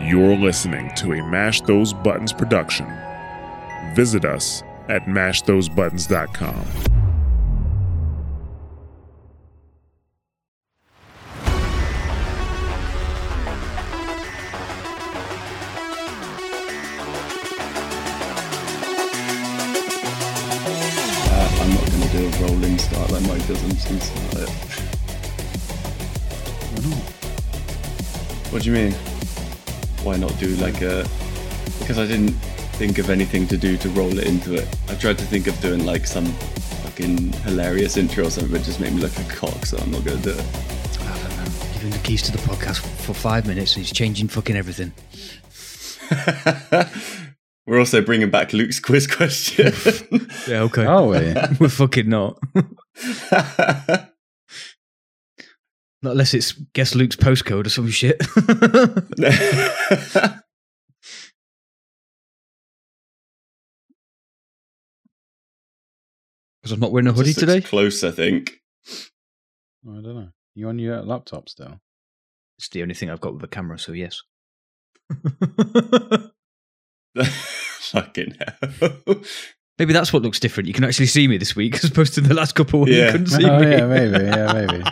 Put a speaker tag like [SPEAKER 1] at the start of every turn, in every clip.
[SPEAKER 1] You're listening to a Mash Those Buttons production. Visit us at mashthosebuttons.com.
[SPEAKER 2] Uh, I'm not going to do a rolling start like Mike does. I'm just going to start it. What do you mean? Why not do like a? Because I didn't think of anything to do to roll it into it. I tried to think of doing like some fucking hilarious intro or something, but it just made me look a cock. So I'm not going to do it.
[SPEAKER 3] I don't know. Giving the keys to the podcast for five minutes and he's changing fucking everything.
[SPEAKER 2] We're also bringing back Luke's quiz question.
[SPEAKER 3] Yeah, okay.
[SPEAKER 4] Oh, Are we?
[SPEAKER 3] We're fucking not. Not unless it's guess Luke's postcode or some shit. Because I'm not wearing a hoodie
[SPEAKER 2] Just looks
[SPEAKER 3] today.
[SPEAKER 2] Close, I think.
[SPEAKER 4] I don't know. You on your laptop still?
[SPEAKER 3] It's the only thing I've got with a camera, so yes.
[SPEAKER 2] Fucking hell.
[SPEAKER 3] Maybe that's what looks different. You can actually see me this week as opposed to the last couple when you
[SPEAKER 2] Yeah.
[SPEAKER 3] couldn't see
[SPEAKER 4] oh
[SPEAKER 3] me.
[SPEAKER 4] yeah, maybe. Yeah, maybe.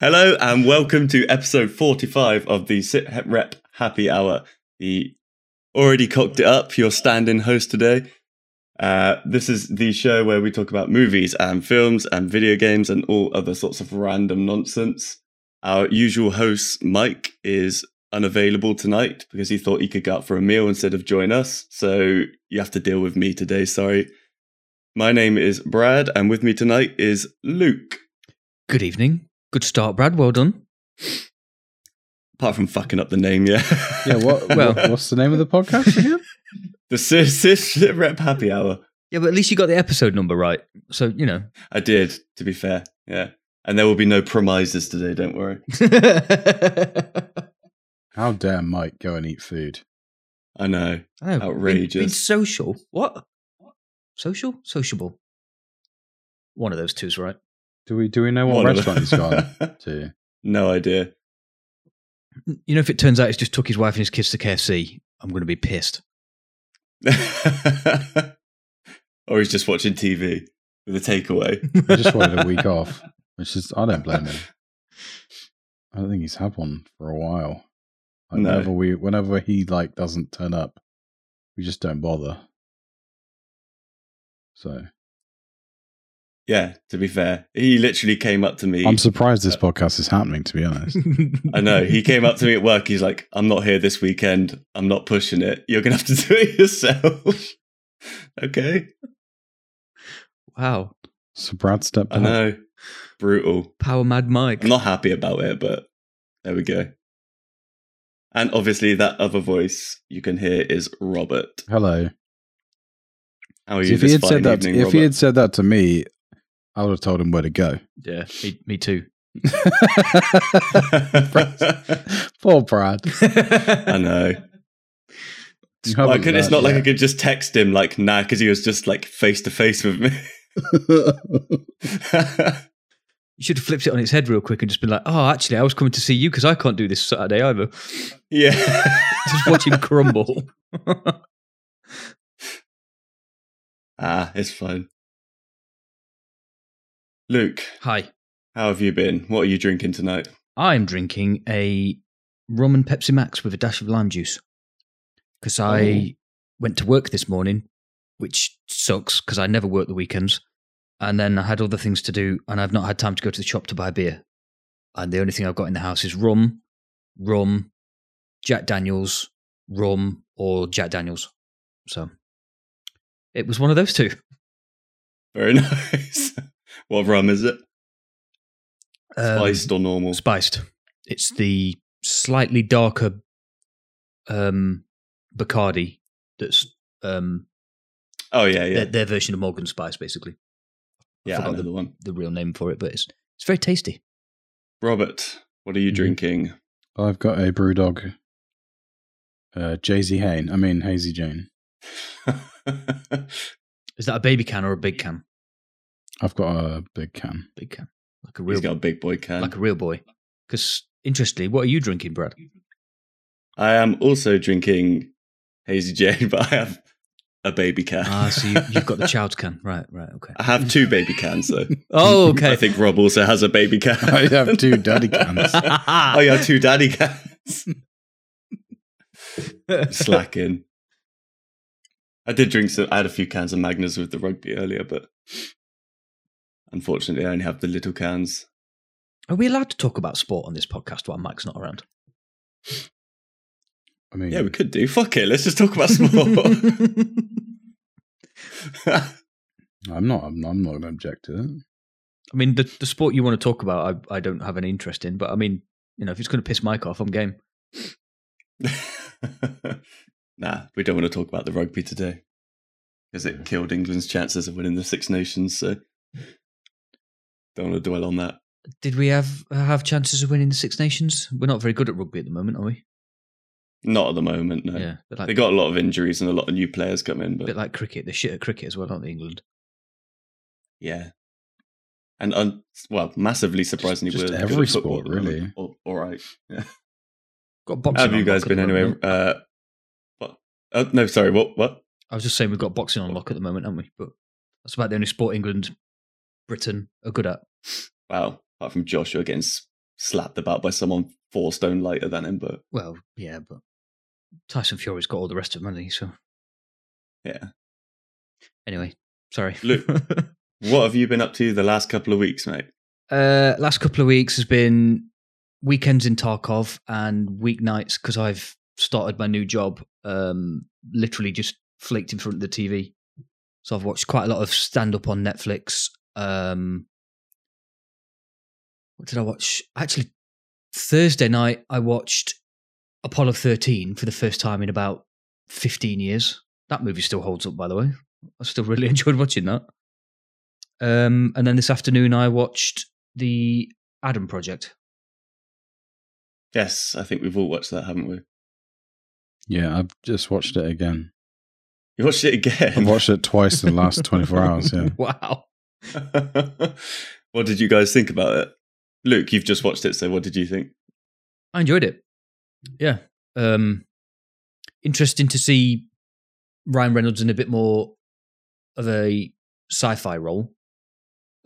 [SPEAKER 2] Hello and welcome to episode 45 of the Sit Hep Rep Happy Hour. The already cocked it up, your stand in host today. Uh, this is the show where we talk about movies and films and video games and all other sorts of random nonsense. Our usual host, Mike, is unavailable tonight because he thought he could go out for a meal instead of join us. So you have to deal with me today, sorry. My name is Brad, and with me tonight is Luke.
[SPEAKER 3] Good evening. Good start, Brad. Well done.
[SPEAKER 2] Apart from fucking up the name, yeah.
[SPEAKER 4] Yeah. What?
[SPEAKER 3] Well-
[SPEAKER 4] what- wwhat's the name of the podcast again?
[SPEAKER 2] The sis, sis rep happy hour.
[SPEAKER 3] Yeah, but at least you got the episode number right. So, you know.
[SPEAKER 2] I did, to be fair. Yeah. And there will be no promises today, don't worry.
[SPEAKER 3] I
[SPEAKER 4] How dare Mike go and eat food?
[SPEAKER 2] I know.
[SPEAKER 3] know, being- Being
[SPEAKER 2] Outrageous.
[SPEAKER 3] social. What? Social? Sociable. One of those two's right.
[SPEAKER 4] Do we? Do we know what
[SPEAKER 2] One of
[SPEAKER 4] restaurant he's gone
[SPEAKER 2] them.
[SPEAKER 4] to?
[SPEAKER 2] no idea.
[SPEAKER 3] You know, if it turns out he's just took his wife and his kids to KFC, I'm going to be pissed.
[SPEAKER 2] or he's just watching TV with a takeaway.
[SPEAKER 4] He just wanted a week off, which is I don't blame him. I don't think he's had one for a while. Like
[SPEAKER 2] No.
[SPEAKER 4] Whenever we, whenever he like doesn't turn up, we just don't bother. So
[SPEAKER 2] Yeah, to be fair. He literally came up to me.
[SPEAKER 4] I'm surprised this podcast is happening. To be honest,
[SPEAKER 2] I know. He came up to me at work. He's like, I'm not here this weekend. I'm not pushing it. You're going to have to do it yourself. okay.
[SPEAKER 3] Wow.
[SPEAKER 4] so Brad stepped
[SPEAKER 2] I
[SPEAKER 4] back.
[SPEAKER 2] know. Brutal.
[SPEAKER 3] Power Mad Mike.
[SPEAKER 2] I'm not happy about it, but there we go. And obviously, that other voice you can hear is Robert.
[SPEAKER 4] Hello.
[SPEAKER 2] How are Oh, you
[SPEAKER 4] See, if he
[SPEAKER 2] this
[SPEAKER 4] had
[SPEAKER 2] fine
[SPEAKER 4] said that,
[SPEAKER 2] evening,
[SPEAKER 4] if
[SPEAKER 2] Robert?
[SPEAKER 4] he had said that to me, I would have told him where to go.
[SPEAKER 3] Yeah, me, me too.
[SPEAKER 4] Poor Brad.
[SPEAKER 2] I know.
[SPEAKER 4] You
[SPEAKER 2] Why
[SPEAKER 4] haven't
[SPEAKER 2] could, it's
[SPEAKER 4] learned
[SPEAKER 2] not like I
[SPEAKER 4] yet.
[SPEAKER 2] could just text him, like, nah, because he was just like face to face with me.
[SPEAKER 3] You should have flipped it on its head real quick and just been like, oh, actually, I was coming to see you because I can't do this Saturday either.
[SPEAKER 2] yeah.
[SPEAKER 3] Just watch him crumble.
[SPEAKER 2] Ah, it's fine. Luke,
[SPEAKER 3] Hi.
[SPEAKER 2] how have you been? What are you drinking tonight?
[SPEAKER 3] I'm drinking a rum and Pepsi Max with a dash of lime juice because I went to work this morning, which sucks because I never work the weekends. And then I had other things to do, and I've not had time to go to the shop to buy beer. And the only thing I've got in the house is rum, rum, Jack Daniels, rum, or Jack Daniels. So it was one of those two.
[SPEAKER 2] Very nice. what rum is it?
[SPEAKER 3] Um,
[SPEAKER 2] Spiced or normal?
[SPEAKER 3] spiced. It's the slightly darker um, Bacardi that's um,
[SPEAKER 2] Oh, yeah, yeah.
[SPEAKER 3] their, their version of Morgan Spice, basically.
[SPEAKER 2] yeah,
[SPEAKER 3] forgot
[SPEAKER 2] I know the one.
[SPEAKER 3] The real name for it, but it's it's very tasty.
[SPEAKER 2] Robert, what are you
[SPEAKER 4] Mhm.
[SPEAKER 2] drinking?
[SPEAKER 4] I've got a brew dog. Uh, Jay-Z Hain. I mean, Hazy Jane.
[SPEAKER 3] Is that a baby can or a big can?
[SPEAKER 4] I've got a big can.
[SPEAKER 3] Big can, like a
[SPEAKER 2] He's
[SPEAKER 3] real
[SPEAKER 2] got a big boy can.
[SPEAKER 3] like a real boy. Because interestingly, what are you drinking, Brad?
[SPEAKER 2] I am also drinking Hazy Jane, but I have a baby can.
[SPEAKER 3] Ah, so you, you've got the child's can. Right, right, okay.
[SPEAKER 2] I have two baby cans, though.
[SPEAKER 3] Oh, okay.
[SPEAKER 2] I think Rob also has a baby can.
[SPEAKER 4] I have two daddy cans.
[SPEAKER 2] oh, you have two daddy cans. Slacking. I did drink some. I had a few cans of Magners with the rugby earlier, but unfortunately, I only have the little cans.
[SPEAKER 3] Are we allowed to talk about sport on this podcast while Mike's not around?
[SPEAKER 4] I mean,
[SPEAKER 2] Yeah, we could do. Fuck it. Let's just talk about sport.
[SPEAKER 4] I'm not. I'm, I'm not going to object to it.
[SPEAKER 3] I mean, the, the sport you want to talk about, I, I don't have any interest in, but I mean, you know, if it's going to piss Mike off, I'm game.
[SPEAKER 2] nah, we don't want to talk about the rugby today because it killed England's chances of winning the Six Nations. So don't want to dwell on that.
[SPEAKER 3] Did we have uh, have chances of winning the Six Nations? We're not very good at rugby at the moment, are we?
[SPEAKER 2] Not at the moment. No,
[SPEAKER 3] Yeah, but like,
[SPEAKER 2] they got a lot of injuries and a lot of new players come in,
[SPEAKER 3] a
[SPEAKER 2] but
[SPEAKER 3] bit like cricket. They're shit at cricket as well, aren't they, England?
[SPEAKER 2] yeah, and un- well, massively surprisingly,
[SPEAKER 4] Just-
[SPEAKER 2] we're
[SPEAKER 4] just
[SPEAKER 2] good at
[SPEAKER 4] every
[SPEAKER 2] football
[SPEAKER 4] sport,
[SPEAKER 2] at the moment.
[SPEAKER 4] really.
[SPEAKER 2] All- all right.
[SPEAKER 3] Got boxing.
[SPEAKER 2] How have
[SPEAKER 3] on
[SPEAKER 2] you
[SPEAKER 3] lock
[SPEAKER 2] guys
[SPEAKER 3] at
[SPEAKER 2] been
[SPEAKER 3] the moment,
[SPEAKER 2] anyway?
[SPEAKER 3] haven't we?
[SPEAKER 2] Uh, what? Oh, no, sorry. What? What?
[SPEAKER 3] I was just saying we've got boxing on lock at the moment, haven't we? But that's about the only sport England, Britain are good at.
[SPEAKER 2] Wow. Apart from Joshua getting s- slapped about by someone four stone lighter than him, but
[SPEAKER 3] Well, yeah, but Tyson Fury's got all the rest of the money, so
[SPEAKER 2] Yeah.
[SPEAKER 3] Anyway, sorry.
[SPEAKER 2] Look. what have you been up to the last couple of weeks, mate?
[SPEAKER 3] uh, last couple of weeks has been weekends in Tarkov and weeknights because I've started my new job. Um, literally just flaked in front of the TV, so I've watched quite a lot of stand up on Netflix. Um, what did I watch? Actually, Thursday night I watched Apollo thirteen for the first time in about fifteen years. That movie still holds up, by the way. I still really enjoyed watching that. Um, and then this afternoon, I watched the Adam Project.
[SPEAKER 2] Yes, I think we've all watched that, haven't we?
[SPEAKER 4] Yeah, I've just watched it again.
[SPEAKER 2] You watched it
[SPEAKER 4] I've
[SPEAKER 2] again.
[SPEAKER 4] watched it twice in the last 24 hours. Yeah.
[SPEAKER 3] Wow.
[SPEAKER 2] what did you guys think about it? Luke, you've just watched it, so what did you think?
[SPEAKER 3] I enjoyed it. Yeah. Um, interesting to see Ryan Reynolds in a bit more of a sci fi role.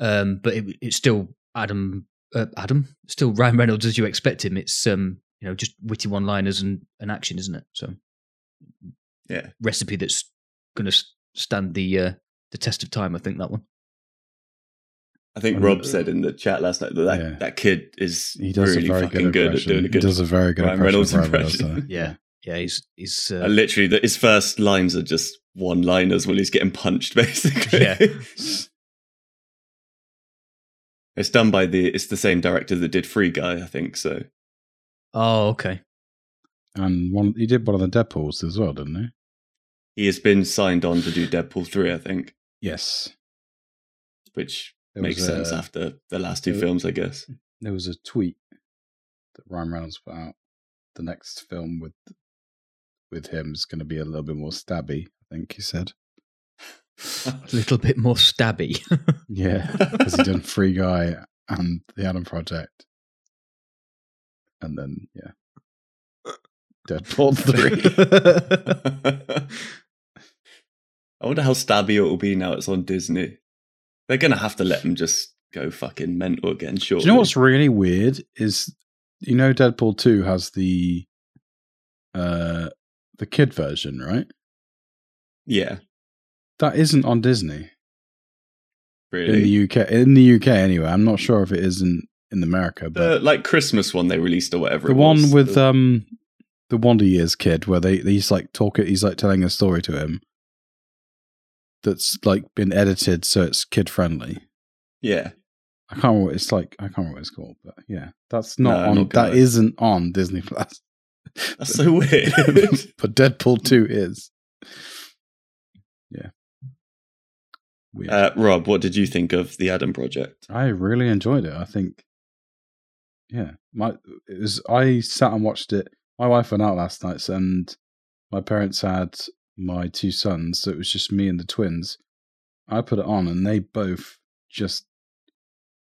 [SPEAKER 3] Um, but it, it's still Adam, uh, Adam, still Ryan Reynolds as you expect him. It's, um, you know, just witty one liners and, and action, isn't it? So,
[SPEAKER 2] Yeah.
[SPEAKER 3] Recipe that's going to stand the, uh, the test of time, I think that one.
[SPEAKER 2] I think
[SPEAKER 4] Um,
[SPEAKER 2] Rob said in the chat last night that that,
[SPEAKER 4] yeah.
[SPEAKER 2] that kid is
[SPEAKER 4] He does
[SPEAKER 2] really
[SPEAKER 4] a very
[SPEAKER 2] fucking
[SPEAKER 4] good
[SPEAKER 2] good at
[SPEAKER 4] impression.
[SPEAKER 2] doing a
[SPEAKER 4] he
[SPEAKER 2] good.
[SPEAKER 4] does a very good
[SPEAKER 2] Ryan
[SPEAKER 4] impression.
[SPEAKER 2] Reynolds
[SPEAKER 4] of Ryan
[SPEAKER 2] impression.
[SPEAKER 4] Reynolds, though.
[SPEAKER 3] Yeah, yeah, he's he's
[SPEAKER 2] Uh,
[SPEAKER 3] uh,
[SPEAKER 2] literally, that his first lines are just one liners when he's getting punched, basically.
[SPEAKER 3] Yeah.
[SPEAKER 2] it's done by the it's the same director that did Free Guy, I think. So
[SPEAKER 3] oh okay.
[SPEAKER 4] And one, he did one of the Deadpools as well, didn't he?
[SPEAKER 2] he has been signed on to do Deadpool three, I think,
[SPEAKER 4] Yes.
[SPEAKER 2] which
[SPEAKER 4] There
[SPEAKER 2] makes
[SPEAKER 4] was uh, a-
[SPEAKER 2] sense after the last two
[SPEAKER 4] there-
[SPEAKER 2] films, I guess.
[SPEAKER 4] There was a tweet that Ryan Reynolds put out. The next film with with him is going to be a little bit more stabby. I think he said.
[SPEAKER 3] A little bit more stabby.
[SPEAKER 4] Yeah, because he done Free Guy and The Adam Project, and then yeah, Deadpool three.
[SPEAKER 2] I wonder how stabby it will be now it's on Disney. They're gonna have to let them just go fucking mental again. Sure.
[SPEAKER 4] Do you know what's really weird is you know Deadpool two has the uh the kid version, right?
[SPEAKER 2] Yeah,
[SPEAKER 4] That isn't on Disney in
[SPEAKER 2] really.
[SPEAKER 4] the UK. In the UK, anyway, I'm not sure if it isn't in America, but
[SPEAKER 2] The like Christmas one they released or whatever.
[SPEAKER 4] the
[SPEAKER 2] it
[SPEAKER 4] one
[SPEAKER 2] was.
[SPEAKER 4] with um the Wonder Years kid where they he's like talking he's like telling a story to him that's like been edited so it's kid friendly.
[SPEAKER 2] yeah.
[SPEAKER 4] I can't remember what it's like I can't remember what it's called, but yeah. That's not
[SPEAKER 2] No,
[SPEAKER 4] on
[SPEAKER 2] not gonna-
[SPEAKER 4] that isn't on Disney Plus.
[SPEAKER 2] That's so weird.
[SPEAKER 4] but Deadpool 2 is. Yeah. Weird.
[SPEAKER 2] Uh, Rob, what did you think of the Adam Project?
[SPEAKER 4] I really enjoyed it. I think, yeah, my it was. I sat and watched it. My wife went out last night, and my parents had my two sons, so it was just me and the twins. I put it on, and they both just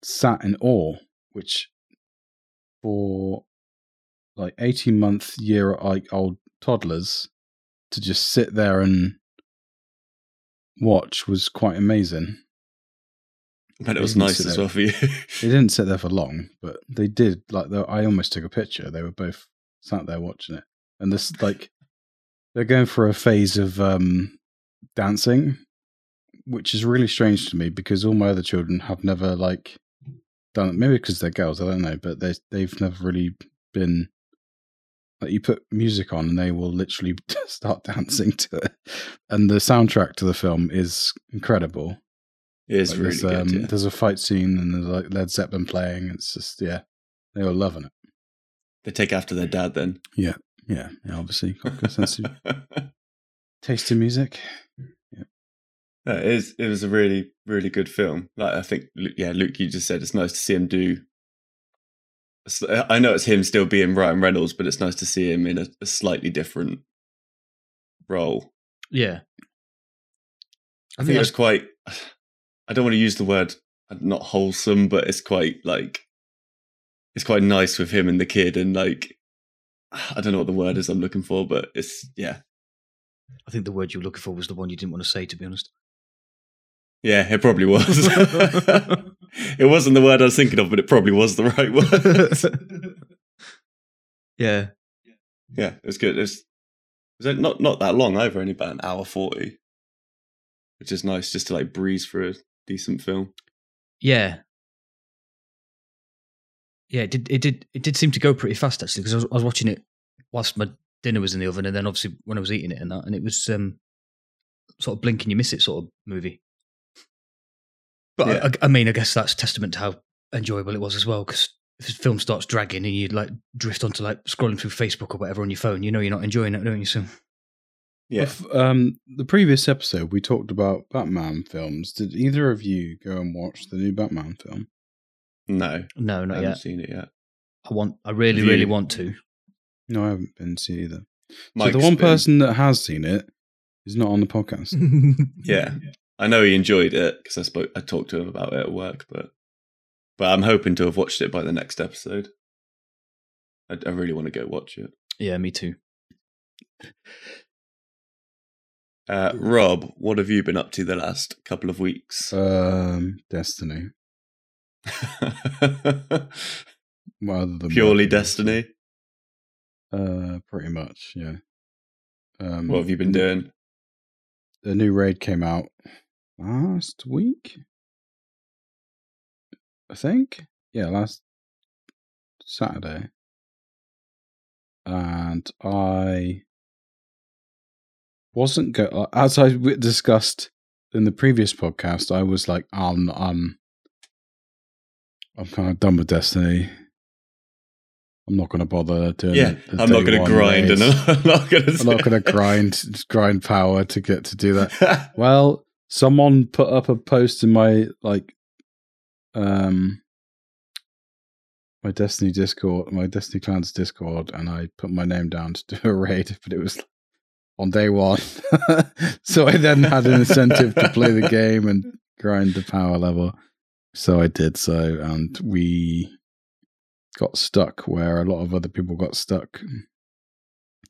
[SPEAKER 4] sat in awe, which for like 18 month year like old toddlers to just sit there and watch was quite amazing.
[SPEAKER 2] But it was
[SPEAKER 4] They didn't
[SPEAKER 2] nice
[SPEAKER 4] sit
[SPEAKER 2] as
[SPEAKER 4] there-
[SPEAKER 2] well for you.
[SPEAKER 4] They didn't sit there for long, but they did. Like, though, I almost took a picture. They were both sat there watching it, and this like they're going for a phase of um dancing, which is really strange to me because all my other children have never like done. Maybe because they're girls, I don't know, but they they've never really been. Like you put music on and they will literally start dancing to it, and the soundtrack to the film is incredible.
[SPEAKER 2] it's
[SPEAKER 4] Like,
[SPEAKER 2] really
[SPEAKER 4] there's, um,
[SPEAKER 2] good. yeah.
[SPEAKER 4] there's a fight scene and there's like Led Zeppelin playing. It's just yeah, they were loving it.
[SPEAKER 2] They take after their dad then.
[SPEAKER 4] Yeah, yeah obviously got good sense of taste in music.
[SPEAKER 2] No, it, is, it was a really, really good film. Like I think, Lu- yeah, Luke, you just said it's nice to see him do. s- I know it's him still being Ryan Reynolds, but it's nice to see him in a, a slightly different role.
[SPEAKER 3] Yeah.
[SPEAKER 2] I think it's quite. I don't want to use the word uh, not wholesome, but it's quite like it's quite nice with him and the kid, and like I don't know what the word is I'm looking for, but it's yeah,
[SPEAKER 3] I think the word you were looking for was the one you didn't want to say, to be honest.
[SPEAKER 2] yeah, it probably was. it wasn't the word I was thinking of, but it probably was the right word.
[SPEAKER 3] Yeah.
[SPEAKER 2] yeah, it was good. It was, it was not not that long either, only about an hour forty, which is nice just to like breeze through a decent film.
[SPEAKER 3] Yeah. Yeah, it did it did it did seem to go pretty fast actually because I was, I was watching it whilst my dinner was in the oven and then obviously when I was eating it and that and it was um sort of blink and you miss it sort of movie. But I-
[SPEAKER 2] Yeah.
[SPEAKER 3] I, I mean, I guess that's testament to how enjoyable it was as well because if the film starts dragging and you like drift onto like scrolling through Facebook or whatever on your phone, you know you're not enjoying it, don't you? So
[SPEAKER 2] Yeah,
[SPEAKER 4] Of, Um, the previous episode we talked about Batman films. Did either of you go and watch the new Batman film?
[SPEAKER 2] no,
[SPEAKER 3] no,
[SPEAKER 2] I
[SPEAKER 3] not
[SPEAKER 2] haven't
[SPEAKER 3] yet.
[SPEAKER 2] seen it yet.
[SPEAKER 3] I want, I really,
[SPEAKER 2] Have
[SPEAKER 3] really
[SPEAKER 2] you-
[SPEAKER 3] want to.
[SPEAKER 4] No, I haven't been to see either. so
[SPEAKER 2] Mike's
[SPEAKER 4] the one
[SPEAKER 2] been-
[SPEAKER 4] person that has seen it is not on the podcast.
[SPEAKER 2] yeah, I know he enjoyed it because I spoke, I talked to him about it at work, but but I'm hoping to have watched it by the next episode. I, I really want to go watch it.
[SPEAKER 3] yeah, me too.
[SPEAKER 2] Uh, Rob, what have you been up to the last couple of weeks?
[SPEAKER 4] um, Destiny, well, other than
[SPEAKER 2] Purely
[SPEAKER 4] working.
[SPEAKER 2] destiny.
[SPEAKER 4] Uh, pretty much, yeah. Um,
[SPEAKER 2] What have you been doing?
[SPEAKER 4] the new raid came out last week. I think. Yeah, last Saturday. And I wasn't go uh, as I w- discussed in the previous podcast, I was like, um, um I'm kind of done with Destiny. I'm not going to bother doing
[SPEAKER 2] Yeah,
[SPEAKER 4] the- the
[SPEAKER 2] I'm not going
[SPEAKER 4] day
[SPEAKER 2] to
[SPEAKER 4] one
[SPEAKER 2] grind,
[SPEAKER 4] raids.
[SPEAKER 2] and I'm not going to.
[SPEAKER 4] I'm not going to grind grind power to get to do that. Well, someone put up a post in my like um my Destiny Discord, my Destiny Clans Discord, and I put my name down to do a raid, but it was on day one. so I then had an incentive to play the game and grind the power level. So I did so, and we got stuck where a lot of other people got stuck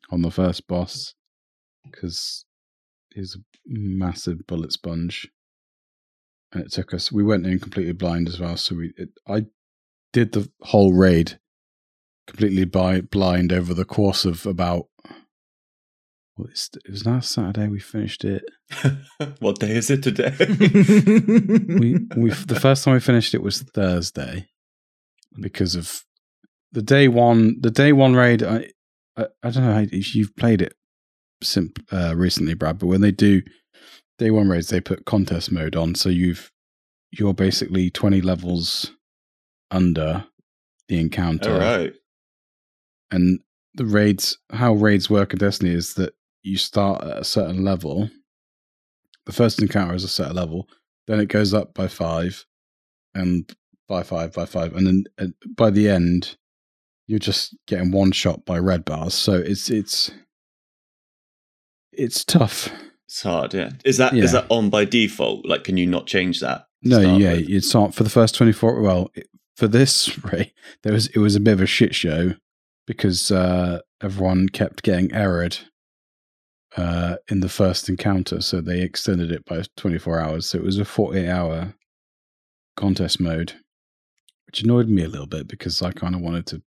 [SPEAKER 4] on the first boss because he's a massive bullet sponge. And it took us. We went in completely blind as well. So we, it, I did the whole raid completely by blind over the course of about. Well, it's, it was last Saturday. We finished it.
[SPEAKER 2] what day is it today?
[SPEAKER 4] we we the first time we finished it was Thursday because of the day one the day one raid. I I, I don't know if you've played it simp, uh, recently, Brad, but when they do day one raids, they put contest mode on, so you've you're basically twenty levels under the encounter,
[SPEAKER 2] All Oh, right.
[SPEAKER 4] and the raids how raids work in destiny is that you start at a certain level the first encounter is a certain level then it goes up by five and by five by five and then uh, by the end you're just getting one shot by red bars so it's it's it's tough
[SPEAKER 2] It's hard, yeah. Is that is
[SPEAKER 4] Yeah.
[SPEAKER 2] that on by default? Like, can you not change that? to
[SPEAKER 4] No,
[SPEAKER 2] start
[SPEAKER 4] yeah,
[SPEAKER 2] with?
[SPEAKER 4] it's not for the first twenty four. Well, it- for this right, there was it was a bit of a shit show because uh, everyone kept getting errored uh, in the first encounter, so they extended it by 24 hours. So it was a 48 hour contest mode, which annoyed me a little bit because I kind of wanted to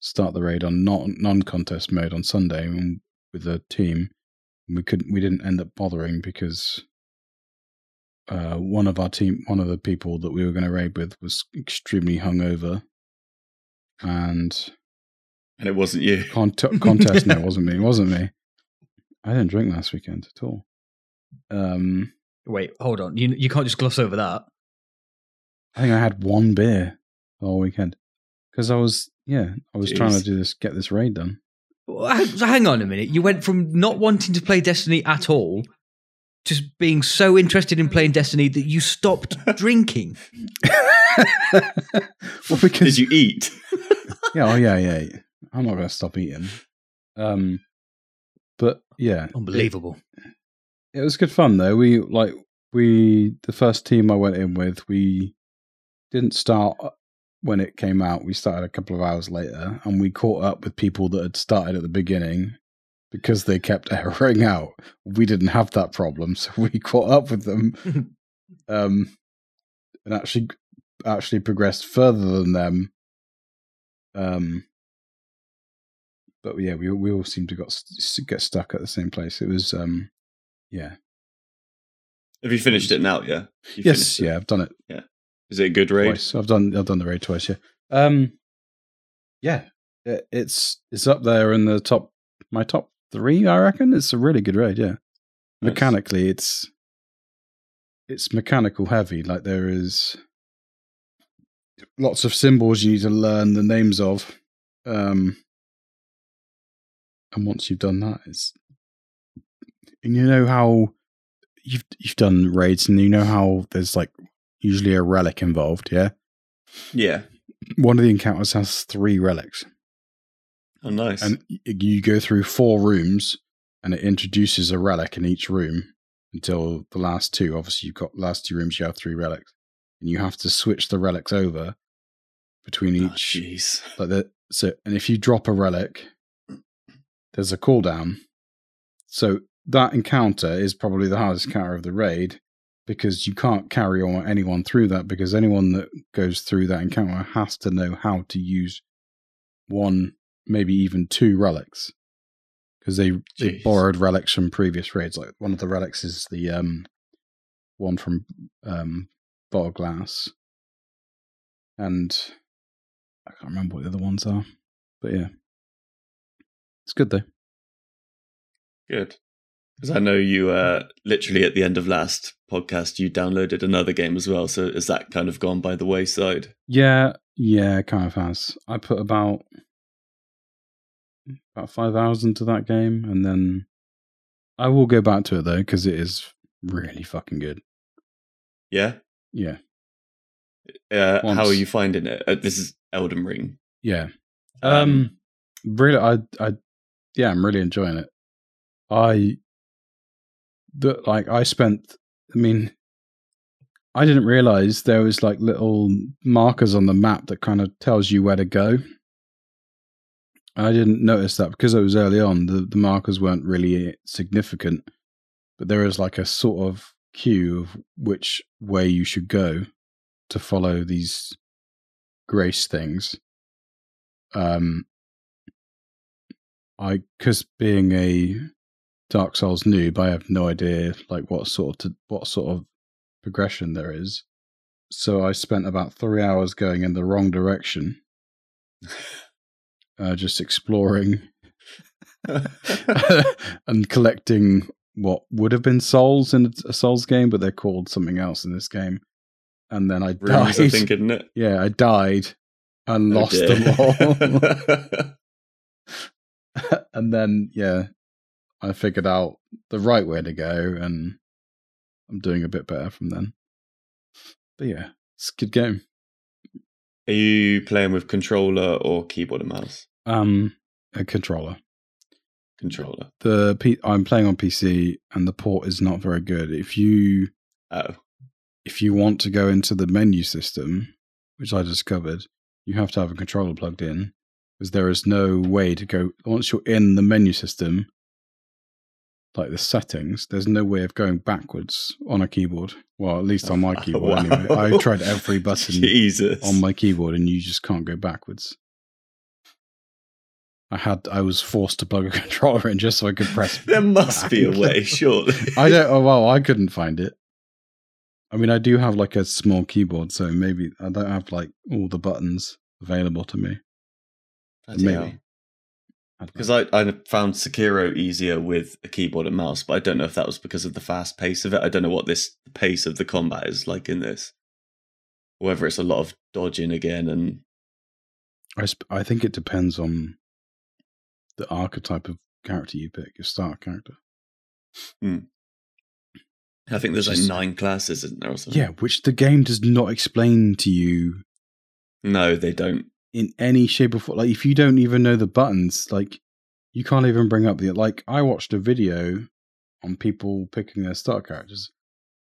[SPEAKER 4] start the raid on not non contest mode on Sunday and with the team. And we couldn't, we didn't end up bothering because uh, one of our team, one of the people that we were going to raid with was extremely hungover. And
[SPEAKER 2] and it wasn't you.
[SPEAKER 4] Cont- contest. no, it wasn't me. It wasn't me. I didn't drink last weekend at all. Um,
[SPEAKER 3] Wait, hold on. You you can't just gloss over that.
[SPEAKER 4] I think I had one beer the whole weekend because I was yeah I was trying
[SPEAKER 2] Jeez.
[SPEAKER 4] to do this get this raid done.
[SPEAKER 3] Well, h- so Hang on a minute. You went from not wanting to play Destiny at all, just being so interested in playing Destiny that you stopped drinking.
[SPEAKER 4] well, because
[SPEAKER 2] Did you eat?
[SPEAKER 4] yeah, oh yeah, yeah. yeah. I'm not going to stop eating. Um, but yeah,
[SPEAKER 3] Unbelievable.
[SPEAKER 4] it was good fun though. We like we the first team I went in with, we didn't start uh, when it came out. We started a couple of hours later, and we caught up with people that had started at the beginning because they kept erroring out. We didn't have that problem, so we caught up with them, um, and actually actually progressed further than them. Um, but yeah, we we all seemed to got s- get stuck at the same place. It was um, yeah.
[SPEAKER 2] Have you finished it now? Yeah. You
[SPEAKER 4] yes,
[SPEAKER 2] finished it.
[SPEAKER 4] yeah, I've done it
[SPEAKER 2] Is it a good raid?
[SPEAKER 4] twice. I've done I've done the raid twice. Yeah, um, yeah, it, it's it's up there in the top my top three. I reckon it's a really good raid. Yeah,
[SPEAKER 2] Nice.
[SPEAKER 4] mechanically, it's it's mechanical heavy. Like there is lots of symbols you need to learn the names of, um, and once you've done that, it's and you know how. You've, you've done raids and you know how there's like usually a relic involved. Yeah,
[SPEAKER 2] Yeah.
[SPEAKER 4] one of the encounters has three relics,
[SPEAKER 2] Oh, nice.
[SPEAKER 4] and y- you go through four rooms, and it introduces a relic in each room until the last two. Obviously, you've got last two rooms, you have three relics, and you have to switch the relics over between
[SPEAKER 2] Oh,
[SPEAKER 4] each.
[SPEAKER 2] Jeez.
[SPEAKER 4] like that. So, and if you drop a relic, there's a cooldown. So that encounter is probably the hardest encounter of the raid because you can't carry on anyone through that because anyone that goes through that encounter has to know how to use one, maybe even two relics because they, they
[SPEAKER 2] Jeez.
[SPEAKER 4] borrowed relics from previous raids. Like one of the relics is the um one from um bottle glass and I can't remember what the other ones are, but yeah, it's good though.
[SPEAKER 2] Good. Because I know you uh,
[SPEAKER 4] Mm-hmm.
[SPEAKER 2] literally at the end of last podcast, you downloaded another game as well. So is that kind of gone by the wayside?
[SPEAKER 4] Yeah, yeah, it kind of has. I put about about five hours into that game, and then I will go back to it though because it is really fucking good.
[SPEAKER 2] Yeah.
[SPEAKER 4] Yeah,
[SPEAKER 2] Uh,
[SPEAKER 4] Once.
[SPEAKER 2] how are you finding it? Uh, this is Elden Ring.
[SPEAKER 4] yeah. Um, really, I, I, yeah, I'm really enjoying it. I, that like, I spent. I mean, I didn't realize there was like little markers on the map that kind of tells you where to go. I didn't notice that because it was early on. The the markers weren't really significant, but there is like a sort of cue of which way you should go to follow these grace things um i because being a dark souls noob i have no idea like what sort of what sort of progression there is so i spent about three hours going in the wrong direction uh, just exploring and collecting what would have been souls in a souls game but they're called something else in this game and then i died
[SPEAKER 2] Runes, I think, isn't it?
[SPEAKER 4] yeah i died and
[SPEAKER 2] Oh,
[SPEAKER 4] lost
[SPEAKER 2] dear.
[SPEAKER 4] them all and then yeah, I figured out the right way to go, and I'm doing a bit better from then. But yeah, it's a good game.
[SPEAKER 2] are you playing with controller or keyboard and mouse?
[SPEAKER 4] Um, a controller.
[SPEAKER 2] Controller.
[SPEAKER 4] The P- I'm playing on PC, and the port is not very good. If you
[SPEAKER 2] Oh,
[SPEAKER 4] if you want to go into the menu system, which I discovered, you have to have a controller plugged in, because there is no way to go once you're in the menu system, like the settings. There's no way of going backwards on a keyboard. Well, at least on my keyboard.
[SPEAKER 2] Oh, Wow.
[SPEAKER 4] anyway. I tried every button
[SPEAKER 2] Jesus.
[SPEAKER 4] on my keyboard, and you just can't go backwards. I had I was forced to plug a controller in just so I could press.
[SPEAKER 2] there must be a
[SPEAKER 4] back.
[SPEAKER 2] way, surely.
[SPEAKER 4] I don't. Oh well, I couldn't find it. I mean, I do have like a small keyboard, so maybe I don't have like all the buttons available to me. Maybe.
[SPEAKER 2] Because I, I found Sekiro easier with a keyboard and mouse, but I don't know if that was because of the fast pace of it. I don't know what this pace of the combat is like in this. Whether it's a lot of dodging again and
[SPEAKER 4] I, sp- I think it depends on the archetype of character you pick, your starter character.
[SPEAKER 2] I think there's like
[SPEAKER 4] Just-
[SPEAKER 2] nine classes, isn't there? Or something?
[SPEAKER 4] Yeah, which the game does not explain to you
[SPEAKER 2] No, they don't.
[SPEAKER 4] in any shape or form. Like, if you don't even know the buttons, like, you can't even bring up the. Like, I watched a video on people picking their starter characters,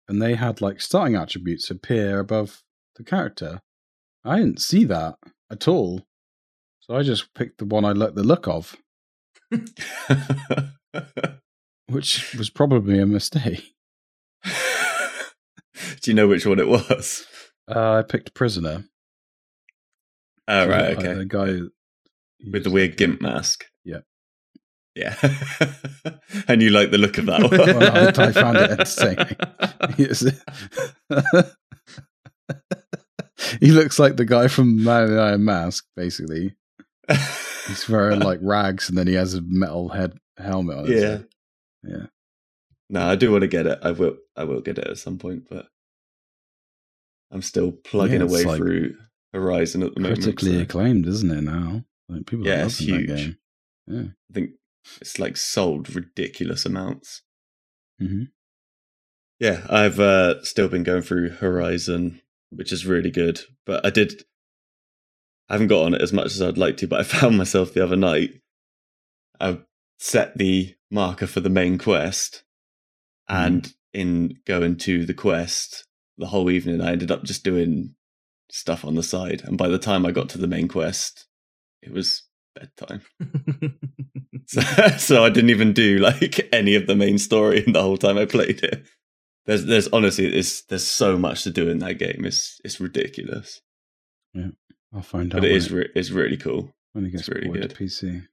[SPEAKER 4] and they had, like, starting attributes appear above the character. I didn't see that at all. So I just picked the one I liked the look of, which was probably a mistake.
[SPEAKER 2] Do you know which one it was?
[SPEAKER 4] Uh, I picked Prisoner.
[SPEAKER 2] Oh,
[SPEAKER 4] So,
[SPEAKER 2] right,
[SPEAKER 4] uh,
[SPEAKER 2] okay.
[SPEAKER 4] The guy he
[SPEAKER 2] With
[SPEAKER 4] was
[SPEAKER 2] the weird
[SPEAKER 4] like-
[SPEAKER 2] gimp mask.
[SPEAKER 4] Yeah.
[SPEAKER 2] Yeah. and you like the look of that one.
[SPEAKER 4] Well, I- I found it entertaining. Yes. he looks like the guy from Man in Iron Mask. Basically, he's wearing like rags, and then he has a metal head helmet on. His
[SPEAKER 2] Yeah.
[SPEAKER 4] head. Yeah.
[SPEAKER 2] No, I do want to get it. I will I will get it at some point, but I'm still plugging
[SPEAKER 4] Yeah, it's
[SPEAKER 2] away
[SPEAKER 4] like
[SPEAKER 2] through Horizon at the moment.
[SPEAKER 4] critically
[SPEAKER 2] so
[SPEAKER 4] acclaimed, isn't it? Now, like people
[SPEAKER 2] Yeah,
[SPEAKER 4] are
[SPEAKER 2] it's
[SPEAKER 4] loving that
[SPEAKER 2] huge.
[SPEAKER 4] game.
[SPEAKER 2] I think it's like sold ridiculous amounts.
[SPEAKER 4] Mhm.
[SPEAKER 2] Yeah, I've uh, still been going through Horizon, which is really good. But I did, I haven't got on it as much as I'd like to. But I found myself the other night. I set the marker for the main quest, and in going to the quest, the whole evening I ended up just doing stuff on the side. And by the time I got to the main quest, it was bedtime. So, so I didn't even do like any of the main story the whole time I played it. There's there's honestly there's there's so much to do in that game. It's it's ridiculous,
[SPEAKER 4] I'll find out.
[SPEAKER 2] but it
[SPEAKER 4] when
[SPEAKER 2] is re- it's really cool.
[SPEAKER 4] when it
[SPEAKER 2] it's
[SPEAKER 4] gets
[SPEAKER 2] really
[SPEAKER 4] ported
[SPEAKER 2] good.
[SPEAKER 4] to PC.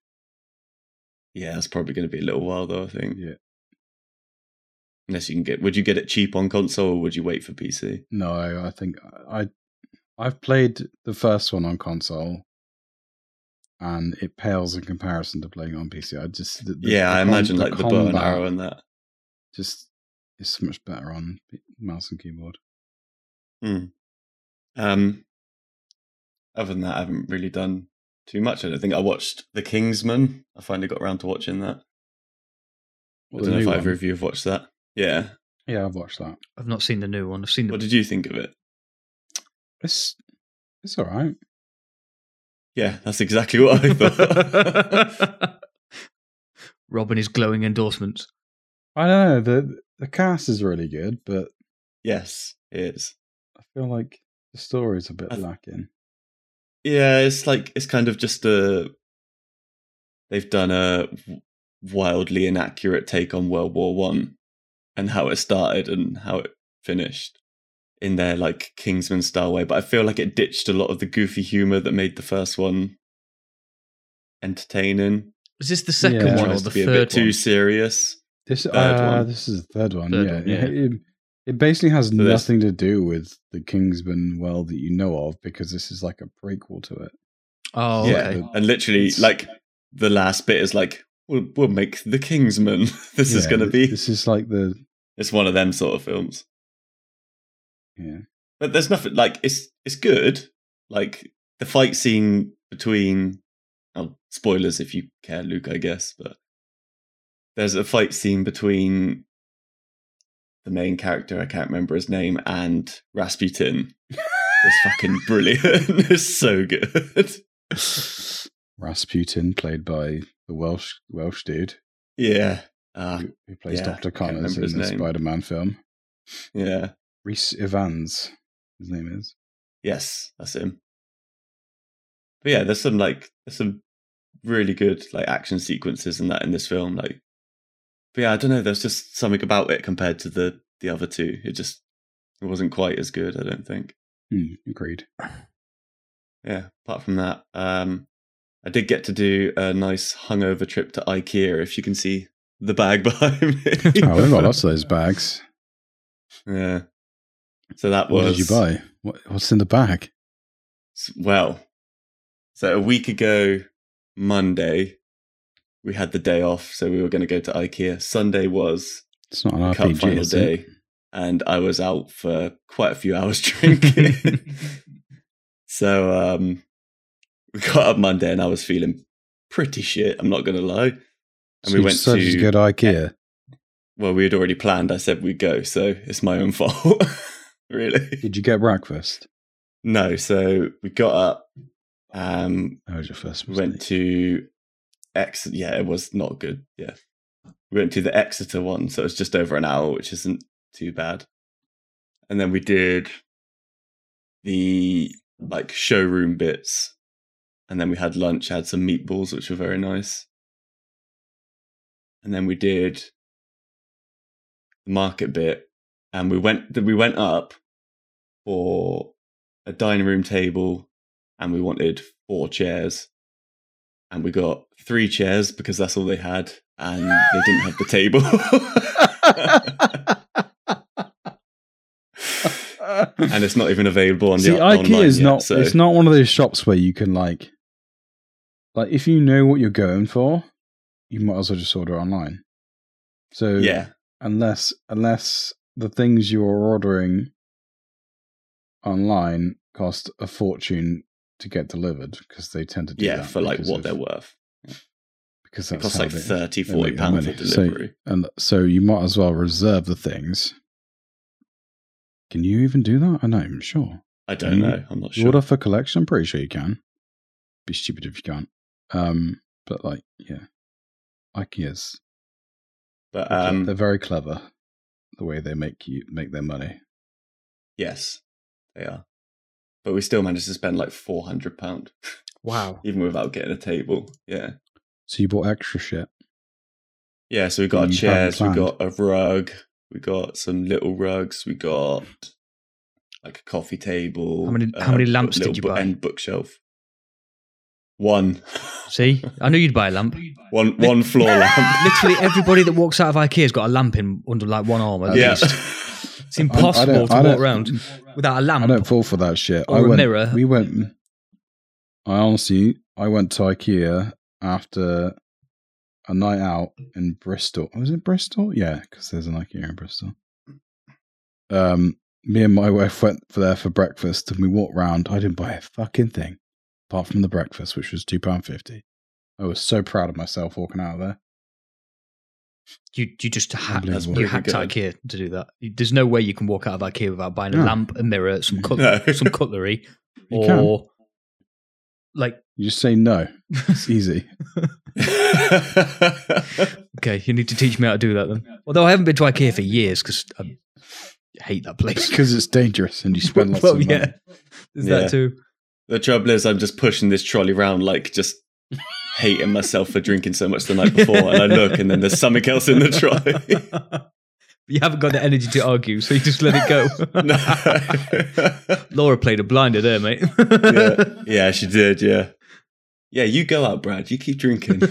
[SPEAKER 2] Yeah, it's probably going to be a little while though. I think
[SPEAKER 4] Yeah.
[SPEAKER 2] unless you can get would you get it cheap on console or would you wait for PC?
[SPEAKER 4] No, I, I think I I've played the first one on console, and it pales in comparison to playing on PC. I just the, the-
[SPEAKER 2] yeah, I
[SPEAKER 4] the com-
[SPEAKER 2] imagine like the bow and
[SPEAKER 4] combat
[SPEAKER 2] arrow and that.
[SPEAKER 4] just is so much better on p- mouse and keyboard.
[SPEAKER 2] Um, other than that, I haven't really done too much. I don't think I watched The Kingsman. I finally got around to watching that.
[SPEAKER 4] Well,
[SPEAKER 2] I don't
[SPEAKER 4] the
[SPEAKER 2] know if
[SPEAKER 4] new
[SPEAKER 2] either
[SPEAKER 4] one.
[SPEAKER 2] of you have watched that. Yeah.
[SPEAKER 4] Yeah, I've watched that.
[SPEAKER 3] I've not seen the new one. I've seen the
[SPEAKER 2] What did you think of it?
[SPEAKER 4] It's it's all right.
[SPEAKER 2] Yeah, that's exactly what I thought.
[SPEAKER 3] Robin is glowing endorsements.
[SPEAKER 4] I don't know the the cast is really good, but
[SPEAKER 2] yes, it is.
[SPEAKER 4] I feel like the story's a bit
[SPEAKER 2] I-
[SPEAKER 4] lacking.
[SPEAKER 2] Yeah, it's like it's kind of just a they've done a wildly inaccurate take on World War One and how it started and how it finished in their like Kingsman style way. But I feel like it ditched a lot of the goofy humor that made the first one entertaining.
[SPEAKER 3] Is this the second
[SPEAKER 4] Yeah.
[SPEAKER 3] one or
[SPEAKER 2] tries
[SPEAKER 3] the
[SPEAKER 2] to be a
[SPEAKER 3] third
[SPEAKER 2] bit too
[SPEAKER 3] one?
[SPEAKER 2] serious.
[SPEAKER 4] This
[SPEAKER 2] Third
[SPEAKER 4] uh,
[SPEAKER 2] one.
[SPEAKER 4] this is the third one.
[SPEAKER 3] Third
[SPEAKER 4] yeah,
[SPEAKER 3] one,
[SPEAKER 4] It-
[SPEAKER 3] yeah.
[SPEAKER 4] It, it basically has
[SPEAKER 2] So there's-
[SPEAKER 4] nothing to do with the Kingsman world that you know of because this is like a prequel to it.
[SPEAKER 3] Oh,
[SPEAKER 2] yeah,
[SPEAKER 3] okay.
[SPEAKER 2] and literally
[SPEAKER 4] It's-
[SPEAKER 2] like the last bit is like we'll, we'll make the Kingsman. this is
[SPEAKER 4] Yeah,
[SPEAKER 2] going to
[SPEAKER 4] th-
[SPEAKER 2] be
[SPEAKER 4] This is like the
[SPEAKER 2] it's one of them sort of films.
[SPEAKER 4] yeah.
[SPEAKER 2] But there's nothing like it's it's good. Like the fight scene between oh spoilers if you care, Luke, I guess, but there's a fight scene between the main character, I can't remember his name, and Rasputin. it's fucking brilliant. it's so good.
[SPEAKER 4] Rasputin, played by the Welsh Welsh dude
[SPEAKER 2] Yeah. Ah,
[SPEAKER 4] who, who plays
[SPEAKER 2] yeah,
[SPEAKER 4] Doctor
[SPEAKER 2] I can't remember
[SPEAKER 4] Connors in
[SPEAKER 2] his
[SPEAKER 4] the
[SPEAKER 2] name.
[SPEAKER 4] Spider-Man film.
[SPEAKER 2] yeah.
[SPEAKER 4] Reese Evans, his name is.
[SPEAKER 2] Yes, that's him. But yeah, there's some like there's some really good like action sequences and that in this film. Like, but yeah, I don't know. There's just something about it compared to the the other two. It just it wasn't quite as good. I don't think.
[SPEAKER 4] Hmm, agreed.
[SPEAKER 2] Yeah. Apart from that, um, I did get to do a nice hungover trip to IKEA. If you can see the bag behind me.
[SPEAKER 4] Oh, we've got lots of those bags.
[SPEAKER 2] Yeah. So that was
[SPEAKER 4] What did you buy? What, what's in the bag?
[SPEAKER 2] S- Well, so a week ago, Monday, we had the day off, so we were going to go to IKEA. Sunday was
[SPEAKER 4] It's not an
[SPEAKER 2] the cup
[SPEAKER 4] RPG,
[SPEAKER 2] final
[SPEAKER 4] is
[SPEAKER 2] day,
[SPEAKER 4] it?
[SPEAKER 2] and I was out for quite a few hours drinking. so um, we got up Monday, and I was feeling pretty shit. I'm not going to lie. And
[SPEAKER 4] So we went decided to, go to IKEA.
[SPEAKER 2] well, we had already planned. I said we'd go, so it's my own fault, really.
[SPEAKER 4] Did you get breakfast?
[SPEAKER 2] No, so we got up. Um,
[SPEAKER 4] That was your first
[SPEAKER 2] We
[SPEAKER 4] mistake.
[SPEAKER 2] went to Ex. Yeah, it was not good. Yeah, we went to the Exeter one, so it's just over an hour, which isn't too bad. And then we did the like showroom bits, and then we had lunch. Had some meatballs, which were very nice. And then we did the market bit, and we went we went up for a dining room table, and we wanted four chairs and we got three chairs because that's all they had, and they didn't have the table. and it's not even available on
[SPEAKER 4] See,
[SPEAKER 2] the
[SPEAKER 4] IKEA
[SPEAKER 2] online
[SPEAKER 4] is
[SPEAKER 2] yet,
[SPEAKER 4] not.
[SPEAKER 2] so-
[SPEAKER 4] It's not one of those shops where you can like, like if you know what you're going for, you might as well just order online. So
[SPEAKER 2] Yeah,
[SPEAKER 4] unless unless the things you are ordering online cost a fortune to get delivered because they tend to do
[SPEAKER 2] yeah,
[SPEAKER 4] that
[SPEAKER 2] for like
[SPEAKER 4] because
[SPEAKER 2] what
[SPEAKER 4] of-
[SPEAKER 2] they're worth.
[SPEAKER 4] because
[SPEAKER 2] It costs
[SPEAKER 4] that's how
[SPEAKER 2] like
[SPEAKER 4] they-
[SPEAKER 2] 30,
[SPEAKER 4] they
[SPEAKER 2] 40
[SPEAKER 4] make their
[SPEAKER 2] pounds for
[SPEAKER 4] money. So-
[SPEAKER 2] delivery.
[SPEAKER 4] and so you might as well reserve the things. Can you even do that? I know, I'm sure.
[SPEAKER 2] I don't
[SPEAKER 4] you-
[SPEAKER 2] know. I'm not
[SPEAKER 4] You
[SPEAKER 2] sure.
[SPEAKER 4] order for collection? I'm pretty sure you can. Be stupid if you can't. Um, but like, yeah, IKEA's
[SPEAKER 2] But
[SPEAKER 4] they're cle-
[SPEAKER 2] um,
[SPEAKER 4] they're very clever the way they make you make their money.
[SPEAKER 2] yes, they are. But we still managed to spend like four hundred pound,
[SPEAKER 3] Wow.
[SPEAKER 2] even without getting a table. Yeah,
[SPEAKER 4] So you bought extra shit.
[SPEAKER 2] yeah. So we got our
[SPEAKER 3] Mm,
[SPEAKER 4] You haven't
[SPEAKER 2] chairs, we
[SPEAKER 4] planned.
[SPEAKER 2] got a rug, we got some little rugs, we got like a coffee table. um,
[SPEAKER 3] How many- how many
[SPEAKER 2] book-
[SPEAKER 3] lamps did
[SPEAKER 2] little
[SPEAKER 3] you
[SPEAKER 2] book-
[SPEAKER 3] buy?
[SPEAKER 2] And bookshelf. One.
[SPEAKER 3] See, I knew you'd buy a lamp.
[SPEAKER 2] One one floor lamp.
[SPEAKER 3] Literally everybody that walks out of IKEA's got a lamp in under like one arm. At
[SPEAKER 4] Yeah.
[SPEAKER 2] yeah.
[SPEAKER 3] least. It's impossible
[SPEAKER 4] don't-
[SPEAKER 3] to
[SPEAKER 4] I
[SPEAKER 3] walk
[SPEAKER 4] don't-
[SPEAKER 3] around without a
[SPEAKER 4] I
[SPEAKER 3] lamp.
[SPEAKER 4] don't fall for that shit.
[SPEAKER 3] Or
[SPEAKER 4] I
[SPEAKER 3] a
[SPEAKER 4] went,
[SPEAKER 3] mirror.
[SPEAKER 4] We went. I honestly, I went to IKEA after a night out in Bristol. Was it Bristol? Yeah, because there's an IKEA in Bristol. Um, me and my wife went for there for breakfast, and we walked round. I didn't buy a fucking thing, apart from the breakfast, which was two pound fifty. I was so proud of myself walking out of there.
[SPEAKER 3] You you just hacked
[SPEAKER 4] Unbelievable.
[SPEAKER 3] you
[SPEAKER 2] That's
[SPEAKER 3] hacked
[SPEAKER 2] pretty
[SPEAKER 3] IKEA to do that. There's no way you can walk out of IKEA without buying a
[SPEAKER 4] No.
[SPEAKER 3] lamp, a mirror, some cut-
[SPEAKER 2] No.
[SPEAKER 3] some cutlery,
[SPEAKER 4] You
[SPEAKER 3] or
[SPEAKER 4] can.
[SPEAKER 3] like
[SPEAKER 4] You just say no. It's easy.
[SPEAKER 3] okay, you need to teach me how to do that then. Although I haven't been to IKEA for years because I hate that place.
[SPEAKER 4] because it's dangerous and you spend lots
[SPEAKER 3] well,
[SPEAKER 4] of money.
[SPEAKER 3] yeah, there's
[SPEAKER 2] Yeah.
[SPEAKER 3] that too.
[SPEAKER 2] the trouble is, I'm just pushing this trolley round, like just hating myself for drinking so much the night before. And I look, and then there's something else in the trolley.
[SPEAKER 3] But you haven't got the energy to argue, so you just let it go.
[SPEAKER 2] no.
[SPEAKER 3] Laura played a blinder there, mate.
[SPEAKER 2] yeah. yeah, she did. Yeah. Yeah, you go out, Brad. You keep drinking.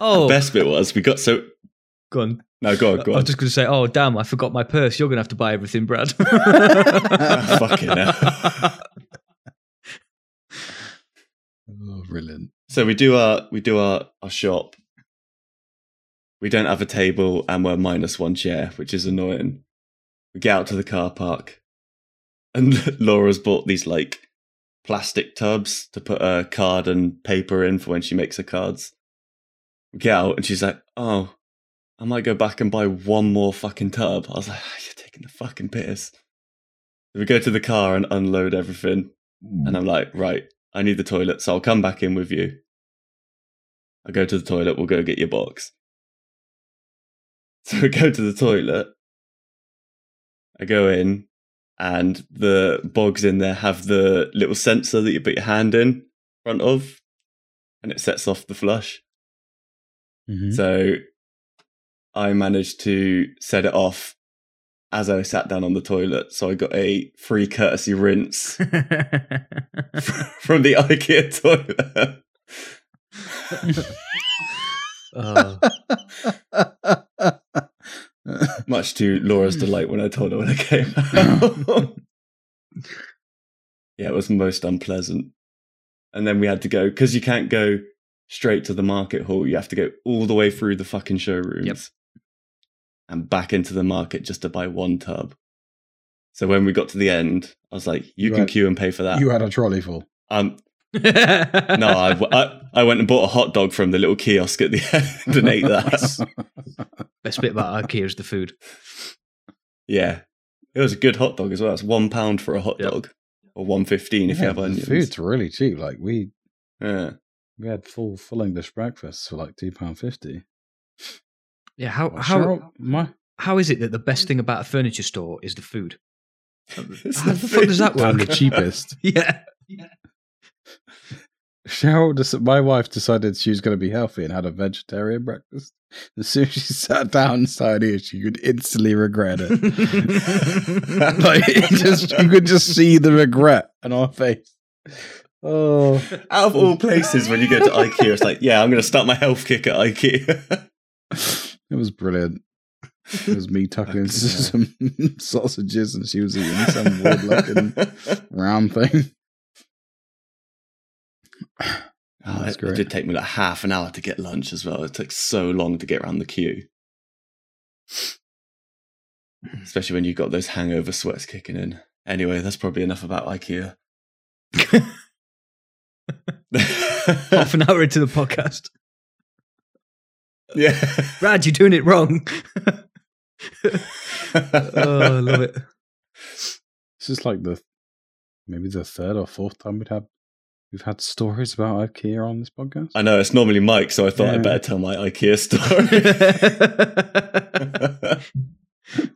[SPEAKER 3] oh,
[SPEAKER 2] Best bit was we got so.
[SPEAKER 3] go on.
[SPEAKER 2] No, go on,
[SPEAKER 3] I
[SPEAKER 2] go
[SPEAKER 3] was
[SPEAKER 2] on.
[SPEAKER 3] just going to say, oh, damn, I forgot my purse. You're going to have to buy everything, Brad.
[SPEAKER 2] fucking hell.
[SPEAKER 4] Oh, brilliant.
[SPEAKER 2] So we do our we do our, our shop. We don't have a table and we're minus one chair, which is annoying. We get out to the car park, and Laura's bought these like plastic tubs to put a card and paper in for when she makes her cards. We get out and she's like, "Oh, I might go back and buy one more fucking tub." I was like, "Ah, "You're taking the fucking piss." We go to the car and unload everything. And I'm like, right, I need the toilet, so I'll come back in with you. I go to the toilet, we'll go get your box. So I go to the toilet. I go in, and the bogs in there have the little sensor that you put your hand in front of. and it sets off the flush.
[SPEAKER 3] Mm-hmm.
[SPEAKER 4] Mhm.
[SPEAKER 2] So I managed to set it off as I sat down on the toilet. So I got a free courtesy rinse from the IKEA toilet.
[SPEAKER 3] Oh.
[SPEAKER 2] Much to Laura's
[SPEAKER 4] Hmm.
[SPEAKER 2] delight when I told her when I came out. yeah, it was most unpleasant. And then we had to go because you can't go straight to the market hall. You have to go all the way through the fucking showrooms
[SPEAKER 3] Yep.
[SPEAKER 2] and back into the market just to buy one tub. So when we got to the end, I was like, "You can
[SPEAKER 4] Right.
[SPEAKER 2] queue and pay for that."
[SPEAKER 4] you had a trolley full.
[SPEAKER 2] um, no, I, I I went and bought a hot dog from the little kiosk at the end and ate that.
[SPEAKER 3] Best bit about IKEA is the food.
[SPEAKER 2] Yeah, it was a good hot dog as well. It's one pound for a hot
[SPEAKER 3] Yep.
[SPEAKER 2] dog, or one fifteen if you
[SPEAKER 4] Yeah,
[SPEAKER 2] have
[SPEAKER 4] the
[SPEAKER 2] onions.
[SPEAKER 4] food's really cheap. Like we
[SPEAKER 2] Yeah.
[SPEAKER 4] we had full full English breakfasts for like two pound fifty.
[SPEAKER 3] Yeah, how
[SPEAKER 4] Well,
[SPEAKER 3] how
[SPEAKER 4] sure, my
[SPEAKER 3] how is it that the best thing about a furniture store is the food?
[SPEAKER 2] It's
[SPEAKER 3] How the fuck does that
[SPEAKER 2] food.
[SPEAKER 3] work?
[SPEAKER 4] and the cheapest.
[SPEAKER 3] Yeah,
[SPEAKER 4] Cheryl, dec- my wife decided she was going to be healthy and had a vegetarian breakfast. As soon as she sat down and started eating, she could instantly regret it. like, it just you could just see the regret on our face. Oh,
[SPEAKER 2] Out of all places, when you go to IKEA, it's like, yeah, I'm going to start my health kick at IKEA.
[SPEAKER 4] it was brilliant. It was me tucking
[SPEAKER 2] Fucking
[SPEAKER 4] in some sausages, and she was eating some weird looking round thing.
[SPEAKER 2] Oh, it,
[SPEAKER 4] That's
[SPEAKER 2] it
[SPEAKER 4] great.
[SPEAKER 2] did take me like half an hour to get lunch as well. It took so long to get around the queue. Especially when you got those hangover sweats kicking in. Anyway, that's probably enough about IKEA.
[SPEAKER 3] half an hour into the podcast,
[SPEAKER 2] yeah.
[SPEAKER 3] Brad, you're doing it wrong. oh, I love it.
[SPEAKER 4] This is like the maybe the third or fourth time we'd have we've had stories about IKEA on this podcast.
[SPEAKER 2] I know it's normally Mike, so I thought
[SPEAKER 4] Yeah.
[SPEAKER 2] I'd better tell my IKEA story.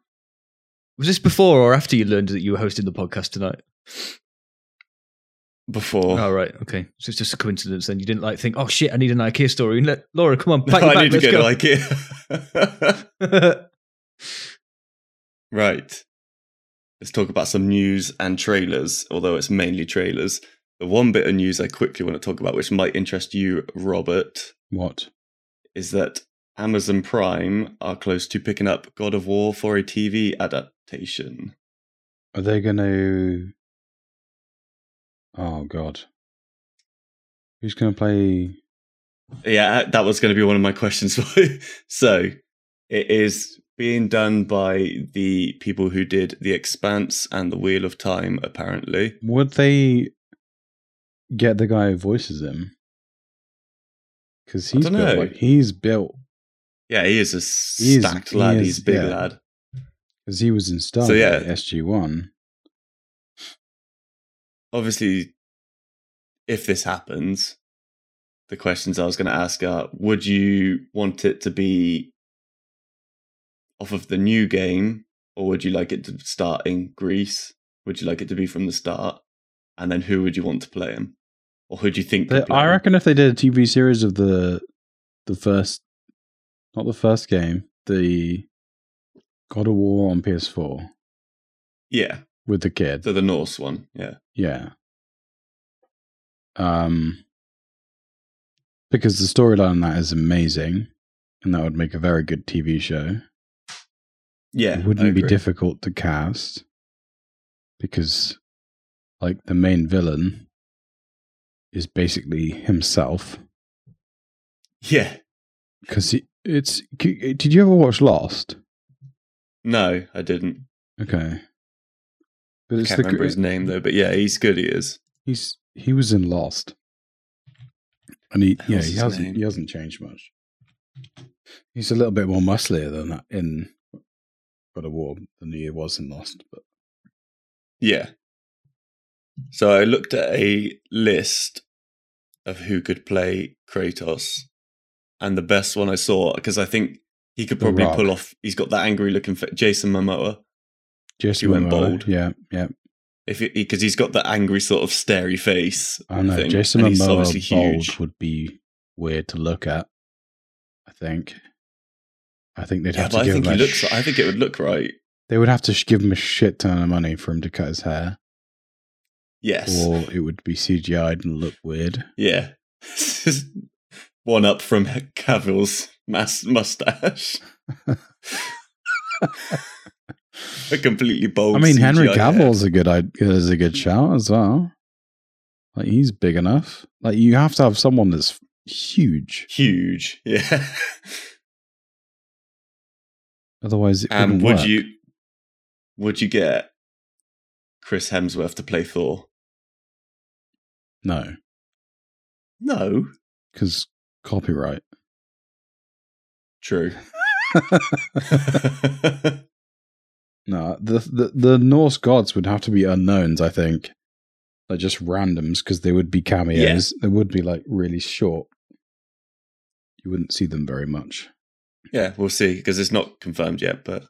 [SPEAKER 3] Was this before or after you learned that you were hosting the podcast tonight?
[SPEAKER 2] Before.
[SPEAKER 3] Oh right, okay. So it's just a coincidence. Then you didn't like think, oh shit, I need an IKEA story. And let, Laura, come on,
[SPEAKER 2] No,
[SPEAKER 3] pack your
[SPEAKER 2] I
[SPEAKER 3] bag,
[SPEAKER 2] need to
[SPEAKER 3] let's
[SPEAKER 2] go,
[SPEAKER 3] go.
[SPEAKER 2] to IKEA. right. Let's talk about some news and trailers, although it's mainly trailers. The one bit of news I quickly want to talk about, which might interest you, Robert,
[SPEAKER 4] What?
[SPEAKER 2] is that Amazon Prime are close to picking up God of War for a TV adaptation.
[SPEAKER 4] Are they going to? Oh God, who's going to play?
[SPEAKER 2] Yeah, uh, that was going to be one of my questions. for you. so it is being done by the people who did The Expanse and The Wheel of Time, apparently.
[SPEAKER 4] Would they get the guy who voices him? Because
[SPEAKER 2] I
[SPEAKER 4] he's
[SPEAKER 2] dunno.
[SPEAKER 4] built like he's built
[SPEAKER 2] Yeah, he is a
[SPEAKER 4] He is-
[SPEAKER 2] stacked
[SPEAKER 4] he
[SPEAKER 2] lad.
[SPEAKER 4] is,
[SPEAKER 2] He's a big
[SPEAKER 4] yeah.
[SPEAKER 2] lad.
[SPEAKER 4] because he was in Star
[SPEAKER 2] yeah.
[SPEAKER 4] SG One.
[SPEAKER 2] Obviously, if this happens, the questions I was going to ask are: Would you want it to be off of the new game, or would you like it to start in Greece? Would you like it to be from the start, and then who would you want to play him, or who do you think? could
[SPEAKER 4] They-
[SPEAKER 2] play
[SPEAKER 4] I
[SPEAKER 2] him?
[SPEAKER 4] reckon if they did a TV series of the the first, not the first game, the God of War on PS4
[SPEAKER 2] Yeah,
[SPEAKER 4] with the kid,
[SPEAKER 2] so the Norse one. Yeah,
[SPEAKER 4] yeah. Um, because the storyline on that is amazing, and that would make a very good TV show.
[SPEAKER 2] yeah,
[SPEAKER 4] it
[SPEAKER 2] I
[SPEAKER 4] wouldn't be
[SPEAKER 2] agree.
[SPEAKER 4] difficult to cast because, like, the main villain is basically himself.
[SPEAKER 2] Yeah,
[SPEAKER 4] Because it's. c- Did you ever watch Lost?
[SPEAKER 2] no, I didn't.
[SPEAKER 4] Okay, but
[SPEAKER 2] I
[SPEAKER 4] it's
[SPEAKER 2] can't
[SPEAKER 4] the
[SPEAKER 2] remember his name though. But yeah, he's good. He is.
[SPEAKER 4] he's he was in Lost, and he
[SPEAKER 2] The
[SPEAKER 4] yeah
[SPEAKER 2] hell's
[SPEAKER 4] he
[SPEAKER 2] his
[SPEAKER 4] hasn't
[SPEAKER 2] name?
[SPEAKER 4] he hasn't changed much. He's a little bit more musclier than that in God of War than he was in Lost, but
[SPEAKER 2] Yeah. So I looked at a list of who could play Kratos, and the best one I saw because I think he could
[SPEAKER 4] The
[SPEAKER 2] probably
[SPEAKER 4] Rock.
[SPEAKER 2] pull off. He's got that angry looking fa- Jason Momoa.
[SPEAKER 4] Jason
[SPEAKER 2] He went
[SPEAKER 4] Momoa,
[SPEAKER 2] bold.
[SPEAKER 4] Yeah, yeah,
[SPEAKER 2] If because he's got that angry sort of starey face.
[SPEAKER 4] I don't know.
[SPEAKER 2] thing,
[SPEAKER 4] Jason
[SPEAKER 2] and he's
[SPEAKER 4] Momoa
[SPEAKER 2] obviously
[SPEAKER 4] bald
[SPEAKER 2] huge.
[SPEAKER 4] would be weird to look at. I think. I think they'd
[SPEAKER 2] Yeah,
[SPEAKER 4] have
[SPEAKER 2] but
[SPEAKER 4] to
[SPEAKER 2] I
[SPEAKER 4] give
[SPEAKER 2] think
[SPEAKER 4] him.
[SPEAKER 2] he
[SPEAKER 4] a
[SPEAKER 2] looks.
[SPEAKER 4] sh-
[SPEAKER 2] I think it would look right.
[SPEAKER 4] they would have to sh- give him a shit ton of money for him to cut his hair,
[SPEAKER 2] Yes.
[SPEAKER 4] or it would be CGI'd and look weird.
[SPEAKER 2] Yeah. This is One up from Cavill's mass mustache. a completely bold.
[SPEAKER 4] I mean, Henry
[SPEAKER 2] CGI hair.
[SPEAKER 4] Cavill's a good i- is a good shout as well. Like he's big enough. Like you have to have someone that's huge,
[SPEAKER 2] huge. Yeah.
[SPEAKER 4] otherwise it
[SPEAKER 2] And
[SPEAKER 4] wouldn't
[SPEAKER 2] would
[SPEAKER 4] work.
[SPEAKER 2] you would you get Chris Hemsworth to play Thor?
[SPEAKER 4] No,
[SPEAKER 2] No.
[SPEAKER 4] because copyright.
[SPEAKER 2] True.
[SPEAKER 4] No, the, the the Norse gods would have to be unknowns, I think. Like just randoms, because they would be cameos. They would be like really short. You wouldn't see them very much.
[SPEAKER 2] yeah, we'll see because it's not confirmed yet, but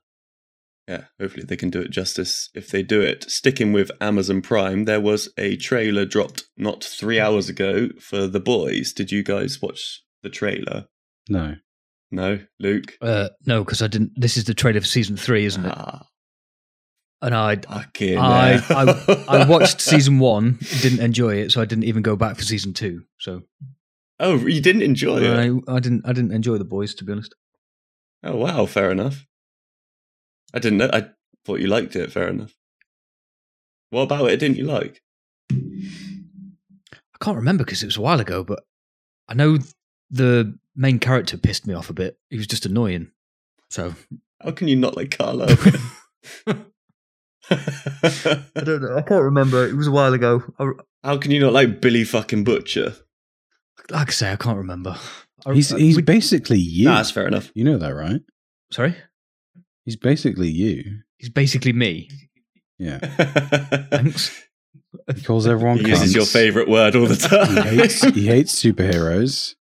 [SPEAKER 2] yeah, hopefully they can do it justice if they do it. Sticking with Amazon Prime, there was a trailer dropped not 3 hours ago for The Boys. Did you guys watch the trailer?
[SPEAKER 4] No.
[SPEAKER 2] No, Luke.
[SPEAKER 3] Uh, no, because I didn't. This is the trailer for season three, isn't it?
[SPEAKER 2] Ah,
[SPEAKER 3] And I,
[SPEAKER 2] fucking
[SPEAKER 3] I-
[SPEAKER 2] hell.
[SPEAKER 3] I watched season one, didn't enjoy it, so I didn't even go back for season two. So
[SPEAKER 2] Oh, you didn't enjoy it.
[SPEAKER 3] I, I didn't, I didn't enjoy the boys, to be honest.
[SPEAKER 2] Oh wow, fair enough. I didn't know. I thought you liked it. Fair enough. What about it? Didn't you like?
[SPEAKER 3] I can't remember because it was a while ago, but I know the main character pissed me off a bit. He was just annoying. So
[SPEAKER 2] How can you not like Carlo?
[SPEAKER 3] don't know. I can't remember. It was a while ago.
[SPEAKER 2] How can you not like Billy fucking Butcher?
[SPEAKER 3] like I say, I can't remember. I-
[SPEAKER 4] He's
[SPEAKER 3] I-
[SPEAKER 4] he's
[SPEAKER 3] we-
[SPEAKER 4] basically you.
[SPEAKER 2] Oh, uh, Nah, that's fair enough.
[SPEAKER 4] you know that, right?
[SPEAKER 3] sorry.
[SPEAKER 4] He's basically you.
[SPEAKER 3] He's basically me.
[SPEAKER 4] Yeah.
[SPEAKER 3] Thanks.
[SPEAKER 4] He calls everyone
[SPEAKER 2] he uses
[SPEAKER 4] cunts.
[SPEAKER 2] your favorite word all the
[SPEAKER 4] He hates,
[SPEAKER 2] time.
[SPEAKER 4] he hates superheroes.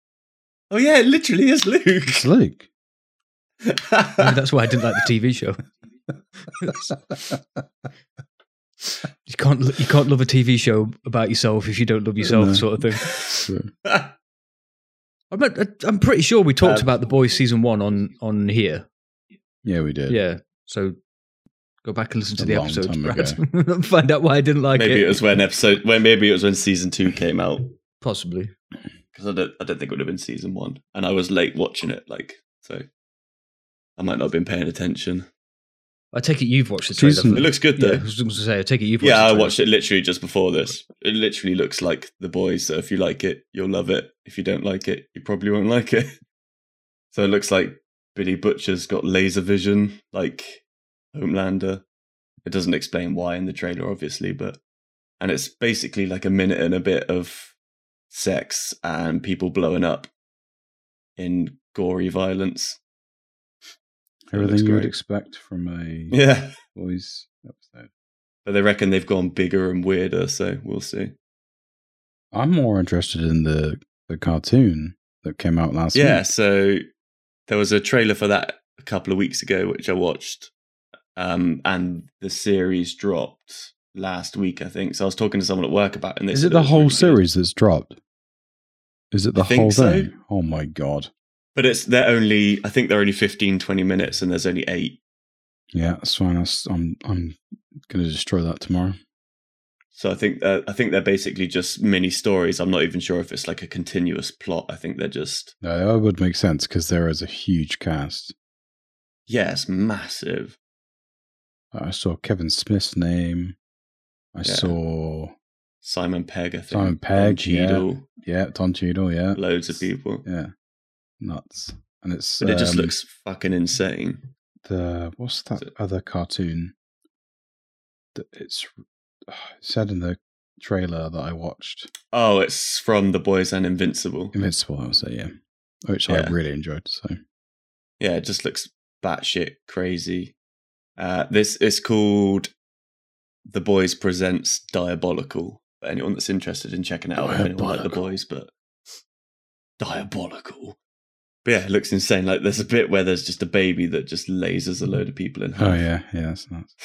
[SPEAKER 2] oh yeah, it literally is Luke.
[SPEAKER 4] It's Luke.
[SPEAKER 3] Maybe that's why I didn't like the TV show. you can't you can't love a TV show about yourself if you don't love yourself,
[SPEAKER 4] No.
[SPEAKER 3] sort of thing.
[SPEAKER 2] That's
[SPEAKER 3] I'm, I'm pretty sure we talked
[SPEAKER 2] Um,
[SPEAKER 3] about the boys season one on on here.
[SPEAKER 4] Yeah, we did.
[SPEAKER 3] Yeah, so go back and listen to
[SPEAKER 4] It's a
[SPEAKER 3] the
[SPEAKER 4] long
[SPEAKER 3] episodes,
[SPEAKER 4] time
[SPEAKER 3] Brad, and find out why I didn't like
[SPEAKER 2] maybe
[SPEAKER 3] it.
[SPEAKER 2] it was when episode. When maybe it was when season two came out.
[SPEAKER 3] Possibly.
[SPEAKER 2] because I don't, I don't think it would have been season one, and I was late watching it, like so, I might not have been paying attention.
[SPEAKER 3] I take it you've watched the trailer.
[SPEAKER 4] Season-
[SPEAKER 2] It looks good
[SPEAKER 3] yeah,
[SPEAKER 2] though.
[SPEAKER 3] I was going to say, I take it you've watched
[SPEAKER 2] Yeah,
[SPEAKER 3] the
[SPEAKER 2] I
[SPEAKER 3] trailer.
[SPEAKER 2] watched it literally just before this. It literally looks like The Boys. So if you like it, you'll love it. If you don't like it, you probably won't like it. So it looks like Billy Butcher's got laser vision, like Homelander. It doesn't explain why in the trailer, obviously, but and it's basically like a minute and a bit of sex and people blowing up in gory violence. It looks
[SPEAKER 4] Everything you would
[SPEAKER 2] great.
[SPEAKER 4] expect from a
[SPEAKER 2] Yeah,
[SPEAKER 4] boys episode.
[SPEAKER 2] but they reckon they've gone bigger and weirder, so we'll see.
[SPEAKER 4] I'm more interested in the the cartoon that came out last
[SPEAKER 2] yeah,
[SPEAKER 4] week.
[SPEAKER 2] so there was a trailer for that a couple of weeks ago, which I watched, um, and the series dropped last week, I think. So I was talking to someone at work about, it and they
[SPEAKER 4] Is
[SPEAKER 2] said
[SPEAKER 4] it the
[SPEAKER 2] was
[SPEAKER 4] whole
[SPEAKER 2] really good.
[SPEAKER 4] series that's dropped? Is it the
[SPEAKER 2] I think
[SPEAKER 4] whole
[SPEAKER 2] so.
[SPEAKER 4] thing? Oh my god!
[SPEAKER 2] But it's they're only, I think they're only 15, 20 minutes, and there's only eight.
[SPEAKER 4] Yeah, that's fine. That's, I'm I'm gonna destroy that tomorrow.
[SPEAKER 2] So I think uh, I think they're basically just mini stories. I'm not even sure if it's like a continuous plot. I think they're just
[SPEAKER 4] No, that would make sense because there is a huge cast.
[SPEAKER 2] yeah, it's massive.
[SPEAKER 4] I saw Kevin Smith's name. I
[SPEAKER 2] Yeah.
[SPEAKER 4] saw
[SPEAKER 2] Simon Pegg, I think.
[SPEAKER 4] Simon Pegg,
[SPEAKER 2] Tom Cheadle,
[SPEAKER 4] yeah Don Cheadle. Yeah,
[SPEAKER 2] loads of people.
[SPEAKER 4] Yeah, nuts. And it's
[SPEAKER 2] But it just
[SPEAKER 4] um,
[SPEAKER 2] looks fucking insane.
[SPEAKER 4] the what's that
[SPEAKER 2] So-
[SPEAKER 4] other cartoon? that It's it said in the trailer that I watched
[SPEAKER 2] Oh, it's from The Boys and Invincible.
[SPEAKER 4] Invincible. I was say yeah, which I
[SPEAKER 2] Yeah.
[SPEAKER 4] really enjoyed. So
[SPEAKER 2] Yeah, it just looks batshit crazy. Uh, this is called The Boys Presents Diabolical. For anyone that's interested in checking it out, if anyone like The
[SPEAKER 4] Diabolical.
[SPEAKER 2] Boys, but diabolical. But yeah, it looks insane. Like there's a bit where there's just a baby that just lasers a load of people in half.
[SPEAKER 4] oh yeah, yeah, that's nuts.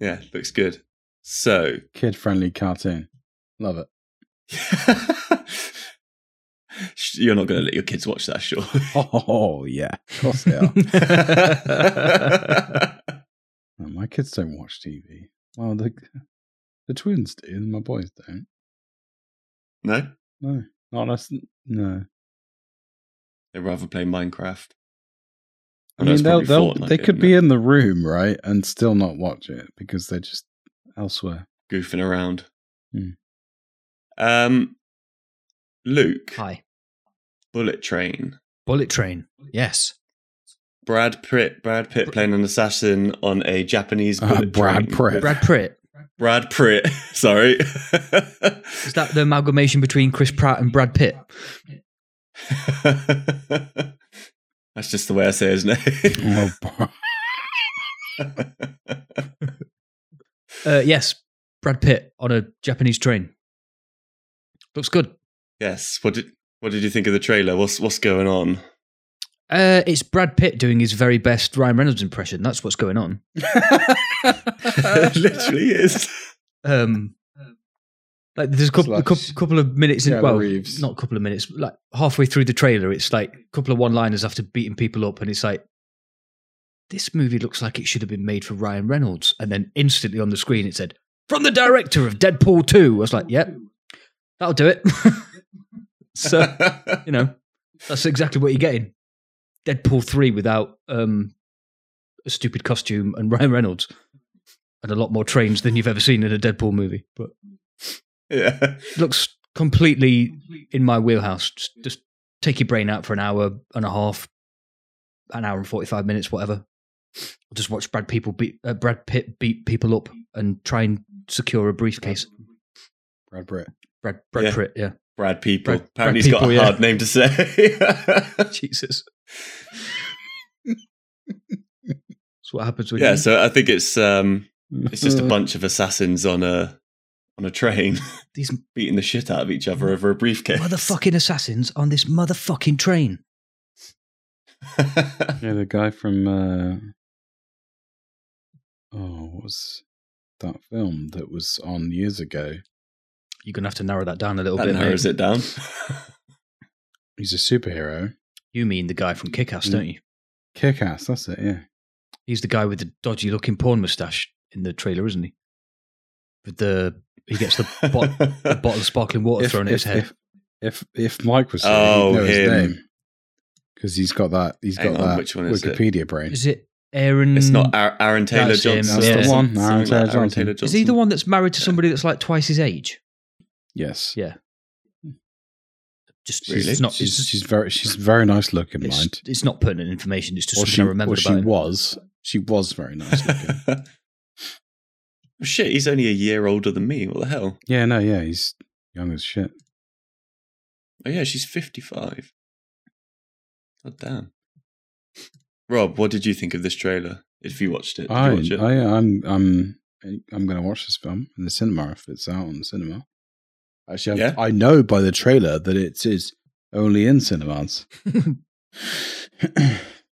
[SPEAKER 2] Yeah, looks good. So,
[SPEAKER 4] Kid friendly cartoon. Love it.
[SPEAKER 2] you're not going to let your kids watch that, sure.
[SPEAKER 4] Oh, yeah. Of course they are. No, my kids don't watch TV. Well, the, the twins do, and my boys don't.
[SPEAKER 2] no,
[SPEAKER 4] No. Not unless, no.
[SPEAKER 2] they'd rather play Minecraft.
[SPEAKER 4] I
[SPEAKER 2] Well, that's
[SPEAKER 4] mean, they'll,
[SPEAKER 2] probably
[SPEAKER 4] they'll,
[SPEAKER 2] Fortnite,
[SPEAKER 4] they could
[SPEAKER 2] isn't
[SPEAKER 4] be
[SPEAKER 2] it?
[SPEAKER 4] in the room, right, and still not watch it because they're just elsewhere.
[SPEAKER 2] goofing around.
[SPEAKER 4] Hmm.
[SPEAKER 2] Um, Luke,
[SPEAKER 3] Hi.
[SPEAKER 2] Bullet Train,
[SPEAKER 3] Bullet Train. Yes.
[SPEAKER 2] Brad Pitt, Brad Pitt playing an assassin on a Japanese
[SPEAKER 4] Uh,
[SPEAKER 2] bullet
[SPEAKER 4] Brad
[SPEAKER 2] train.
[SPEAKER 4] Pitt.
[SPEAKER 3] Brad Pitt.
[SPEAKER 2] Brad Pitt. Sorry.
[SPEAKER 3] Is that the amalgamation between Chris Pratt and Brad Pitt?
[SPEAKER 2] That's just the way I say his name.
[SPEAKER 4] Oh, bro.
[SPEAKER 3] Uh, yes. Brad Pitt on a Japanese train. Looks good.
[SPEAKER 2] yes. What did What did you think of the trailer? What's What's going on?
[SPEAKER 3] Uh, it's Brad Pitt doing his very best Ryan Reynolds impression. That's what's going on.
[SPEAKER 4] Uh,
[SPEAKER 2] It Literally is.
[SPEAKER 3] Um, like there's a couple, a
[SPEAKER 4] Slash
[SPEAKER 3] couple, couple of minutes in,
[SPEAKER 4] Keanu
[SPEAKER 3] well,
[SPEAKER 4] Reeves.
[SPEAKER 3] not a couple of minutes, like halfway through the trailer, it's like a couple of one-liners after beating people up, and it's like this movie looks like it should have been made for Ryan Reynolds, and then instantly on the screen it said from the director of Deadpool 2. I was like, yep, that'll do it. so you know, that's exactly what you're getting. Deadpool 3 without um, a stupid costume and Ryan Reynolds and a lot more trains than you've ever seen in a Deadpool movie. But
[SPEAKER 2] yeah.
[SPEAKER 3] it looks completely in my wheelhouse. Just, just take your brain out for an hour and a half, an hour and 45 minutes, whatever. I'll just watch Brad, people beat, uh, Brad Pitt beat people up and try and secure a briefcase.
[SPEAKER 4] Brad Pitt.
[SPEAKER 3] Brad, Brad
[SPEAKER 2] Yeah.
[SPEAKER 3] Pitt, yeah.
[SPEAKER 2] Brad People.
[SPEAKER 3] Brad-
[SPEAKER 2] Apparently,
[SPEAKER 3] Brad
[SPEAKER 2] he's got
[SPEAKER 3] People,
[SPEAKER 2] a
[SPEAKER 3] yeah.
[SPEAKER 2] hard name to say.
[SPEAKER 3] Jesus. That's what happens when
[SPEAKER 2] yeah
[SPEAKER 3] you
[SPEAKER 2] so i think it's um it's
[SPEAKER 4] Mm.
[SPEAKER 2] just a bunch of assassins on a on a train
[SPEAKER 3] these
[SPEAKER 2] beating the shit out of each other over a briefcase
[SPEAKER 3] motherfucking assassins on this motherfucking train.
[SPEAKER 4] Yeah, the guy from. Uh, oh, what was that film that was on years ago?
[SPEAKER 3] You're gonna have to narrow that down a little
[SPEAKER 2] that
[SPEAKER 3] bit. mate.
[SPEAKER 2] narrows it down
[SPEAKER 4] He's a superhero.
[SPEAKER 3] You mean the guy from Kick-Ass,
[SPEAKER 4] Mm.
[SPEAKER 3] don't you?
[SPEAKER 4] Kick ass, that's it, yeah.
[SPEAKER 3] He's the guy with the dodgy-looking porn moustache in the trailer, isn't he? With the he gets the, bot, the bottle of sparkling water thrown at his head.
[SPEAKER 4] If, if if Mike was here,
[SPEAKER 2] Oh,
[SPEAKER 4] he'd know his
[SPEAKER 2] him.
[SPEAKER 4] name because he's got that. He's
[SPEAKER 2] Hang
[SPEAKER 4] got
[SPEAKER 2] on,
[SPEAKER 4] that
[SPEAKER 2] which one is it?
[SPEAKER 4] Wikipedia brain.
[SPEAKER 3] Is it Aaron?
[SPEAKER 2] it's not Ar- aaron taylor
[SPEAKER 3] That's him,
[SPEAKER 2] johnson
[SPEAKER 3] that's the
[SPEAKER 2] or something-
[SPEAKER 4] one, Aaron
[SPEAKER 2] something like
[SPEAKER 4] Taylor Johnson.
[SPEAKER 2] Taylor
[SPEAKER 3] Is he the
[SPEAKER 2] Johnson.
[SPEAKER 3] one that's married to somebody that's like twice his age?
[SPEAKER 4] Yes,
[SPEAKER 3] Yeah. Just
[SPEAKER 2] Really?
[SPEAKER 3] it's not.
[SPEAKER 4] She's,
[SPEAKER 3] it's,
[SPEAKER 4] she's very she's very nice looking,
[SPEAKER 3] it's,
[SPEAKER 4] mind.
[SPEAKER 3] it's not pertinent information. It's just
[SPEAKER 4] Or
[SPEAKER 3] something
[SPEAKER 4] she,
[SPEAKER 3] I remember
[SPEAKER 4] or
[SPEAKER 3] about.
[SPEAKER 4] she
[SPEAKER 3] him.
[SPEAKER 4] was. She was very nice looking.
[SPEAKER 2] Oh, shit he's only a year older than me what the hell
[SPEAKER 4] yeah, no, yeah, he's young as shit.
[SPEAKER 2] oh yeah she's 55 god damn rob what did you think of this trailer if you watched it did
[SPEAKER 4] I,
[SPEAKER 2] you watch it
[SPEAKER 4] I, I'm, I'm, I'm going to watch this film in the cinema if it's out on the cinema. Actually,
[SPEAKER 2] Yeah?
[SPEAKER 4] I, I know by the trailer that it is only in cinemas.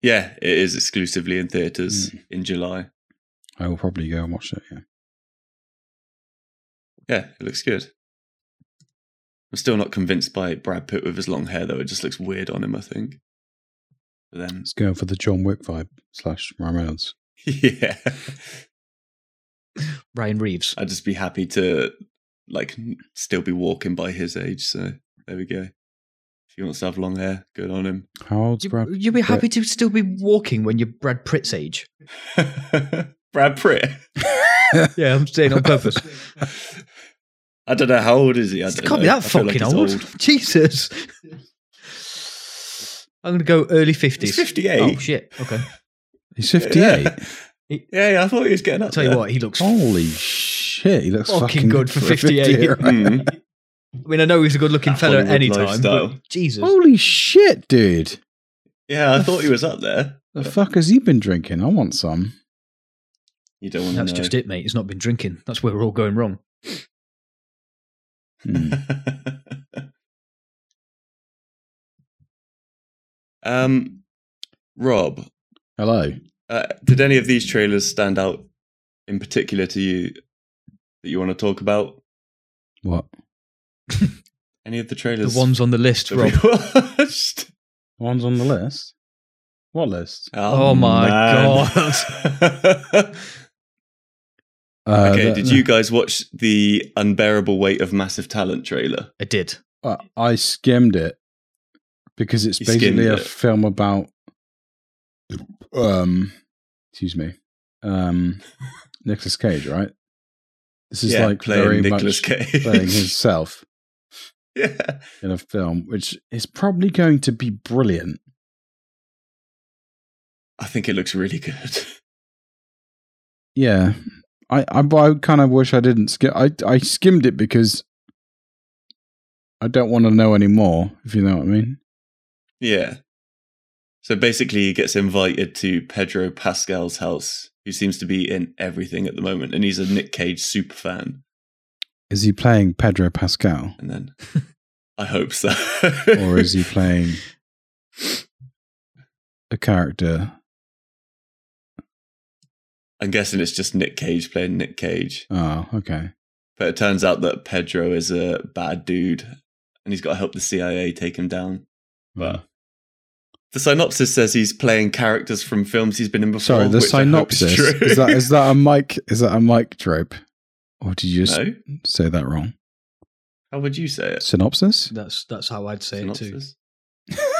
[SPEAKER 2] yeah it is exclusively in theaters in july
[SPEAKER 4] I will probably go and watch it. Yeah.
[SPEAKER 2] Yeah, it looks good. I'm still not convinced by Brad Pitt with his long hair, though. It just looks weird on him, I think. But then,
[SPEAKER 4] It's going for the John Wick vibe slash Ryan Reynolds.
[SPEAKER 2] yeah,
[SPEAKER 3] Ryan Reeves.
[SPEAKER 2] I'd just be happy to like n- still be walking by his age. So there we go. If he wants to have long hair, good on him.
[SPEAKER 4] How old's
[SPEAKER 3] You,
[SPEAKER 4] Brad?
[SPEAKER 3] you'd be happy to still be walking when you're Brad Pitt's age.
[SPEAKER 2] Brad Pitt.
[SPEAKER 3] Yeah, I'm saying on purpose.
[SPEAKER 2] I don't know how old is he. I
[SPEAKER 3] It
[SPEAKER 2] don't
[SPEAKER 3] can't
[SPEAKER 2] know.
[SPEAKER 3] be
[SPEAKER 2] I
[SPEAKER 3] that
[SPEAKER 2] feel like
[SPEAKER 3] fucking
[SPEAKER 2] he's
[SPEAKER 3] old. Jesus. I'm going to go early 50s.
[SPEAKER 2] He's 58.
[SPEAKER 3] Oh, shit. Okay.
[SPEAKER 4] He's fifty-eight.
[SPEAKER 2] Yeah. Yeah, yeah, I thought he was getting
[SPEAKER 3] I'll
[SPEAKER 2] up.
[SPEAKER 3] tell you
[SPEAKER 2] there.
[SPEAKER 3] what, he looks
[SPEAKER 4] Holy shit! He looks
[SPEAKER 3] Fucking
[SPEAKER 4] fucking,
[SPEAKER 3] good for
[SPEAKER 4] a
[SPEAKER 3] 58.
[SPEAKER 4] 58, right?
[SPEAKER 2] Mm.
[SPEAKER 3] I mean, I know he's a good looking
[SPEAKER 2] That
[SPEAKER 3] fella at
[SPEAKER 2] Hollywood
[SPEAKER 3] any time.
[SPEAKER 2] lifestyle. Oh,
[SPEAKER 3] But Jesus.
[SPEAKER 4] Holy shit, dude!
[SPEAKER 2] Yeah, I thought he was up there.
[SPEAKER 4] The fuck has he been drinking? I want some.
[SPEAKER 2] You don't want
[SPEAKER 3] That's
[SPEAKER 2] to know.
[SPEAKER 3] just it, mate. He's not been drinking. That's where we're all going wrong.
[SPEAKER 4] Hmm.
[SPEAKER 3] Mm.
[SPEAKER 2] um, Rob,
[SPEAKER 4] Hello.
[SPEAKER 2] Um, uh, did any of these trailers stand out in particular to you that you want to talk about?
[SPEAKER 4] What?
[SPEAKER 2] Any of the
[SPEAKER 3] The
[SPEAKER 2] trailers?
[SPEAKER 3] ones on the list,
[SPEAKER 2] that
[SPEAKER 3] Rob.
[SPEAKER 2] we watched?
[SPEAKER 4] The ones on the list? What list?
[SPEAKER 3] Oh my
[SPEAKER 2] god!
[SPEAKER 4] Uh,
[SPEAKER 2] okay,
[SPEAKER 4] the-
[SPEAKER 2] did you guys watch the unbearable weight of massive talent trailer?
[SPEAKER 3] I did.
[SPEAKER 4] Uh, I skimmed it because it's
[SPEAKER 2] You
[SPEAKER 4] basically a
[SPEAKER 2] skimmed it.
[SPEAKER 4] film about. Um, excuse me. Um, Nicholas Cage, right? This is like
[SPEAKER 2] playing
[SPEAKER 4] very
[SPEAKER 2] Nicolas
[SPEAKER 4] much
[SPEAKER 2] Cage.
[SPEAKER 4] playing himself
[SPEAKER 2] yeah.
[SPEAKER 4] in a film, which is probably going to be brilliant.
[SPEAKER 2] I think it looks really good.
[SPEAKER 4] Yeah, I I, but I kind of wish I didn't skim. I I skimmed it because I don't want to know anymore. If you know what I mean.
[SPEAKER 2] Yeah. So basically, he gets invited to Pedro Pascal's house, who seems to be in everything at the moment, and he's a Nick Cage super fan.
[SPEAKER 4] Is he playing Pedro Pascal
[SPEAKER 2] And then I hope so.
[SPEAKER 4] or is he playing a character?
[SPEAKER 2] I'm guessing it's just Nick Cage playing Nick Cage.
[SPEAKER 4] Oh, okay.
[SPEAKER 2] But it turns out that Pedro is a bad dude, and he's got to help the CIA take him down. But the synopsis says he's playing characters from films he's been in before.
[SPEAKER 4] Sorry, the
[SPEAKER 2] which I hope is
[SPEAKER 4] synopsis
[SPEAKER 2] true.
[SPEAKER 4] is that is that a mic is that a mic trope, or did you just
[SPEAKER 2] no?
[SPEAKER 4] say that wrong?
[SPEAKER 2] How would you say it?
[SPEAKER 4] Synopsis.
[SPEAKER 3] That's that's how I'd say it too.
[SPEAKER 2] synopsis?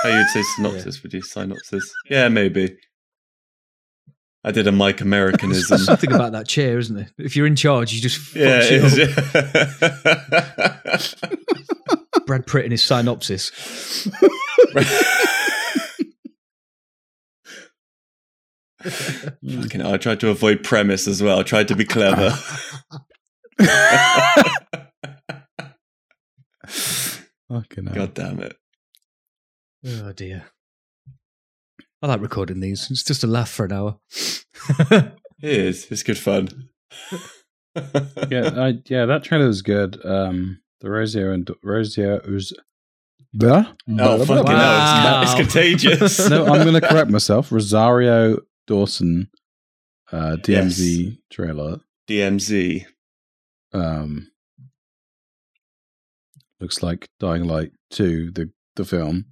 [SPEAKER 2] Oh, you would say synopsis, would you? Synopsis. Yeah, maybe. I did a Mike
[SPEAKER 3] There's
[SPEAKER 2] Americanism.
[SPEAKER 3] something about that chair, isn't there? If you're in charge, you just fuck
[SPEAKER 2] yeah,
[SPEAKER 3] shit
[SPEAKER 2] it
[SPEAKER 3] up.
[SPEAKER 2] is, yeah.
[SPEAKER 3] Brad Pitt in his synopsis.
[SPEAKER 2] Fucking hell, I tried to avoid premise as well. I tried to be clever.
[SPEAKER 4] Fucking hell.
[SPEAKER 2] God damn it.
[SPEAKER 3] Oh dear. I like recording these. It's just a laugh for an hour.
[SPEAKER 2] It is. It's good fun.
[SPEAKER 4] yeah, I, yeah, that trailer was good. Um, the Rosio and Rosio was. Blah,
[SPEAKER 2] Oh, fucking hell. It's,
[SPEAKER 3] Wow.
[SPEAKER 2] it's contagious.
[SPEAKER 4] no, I'm going to correct myself. Rosario Dawson, uh, DMZ trailer.
[SPEAKER 2] DMZ.
[SPEAKER 4] Um, looks like Dying Light Two, the the film.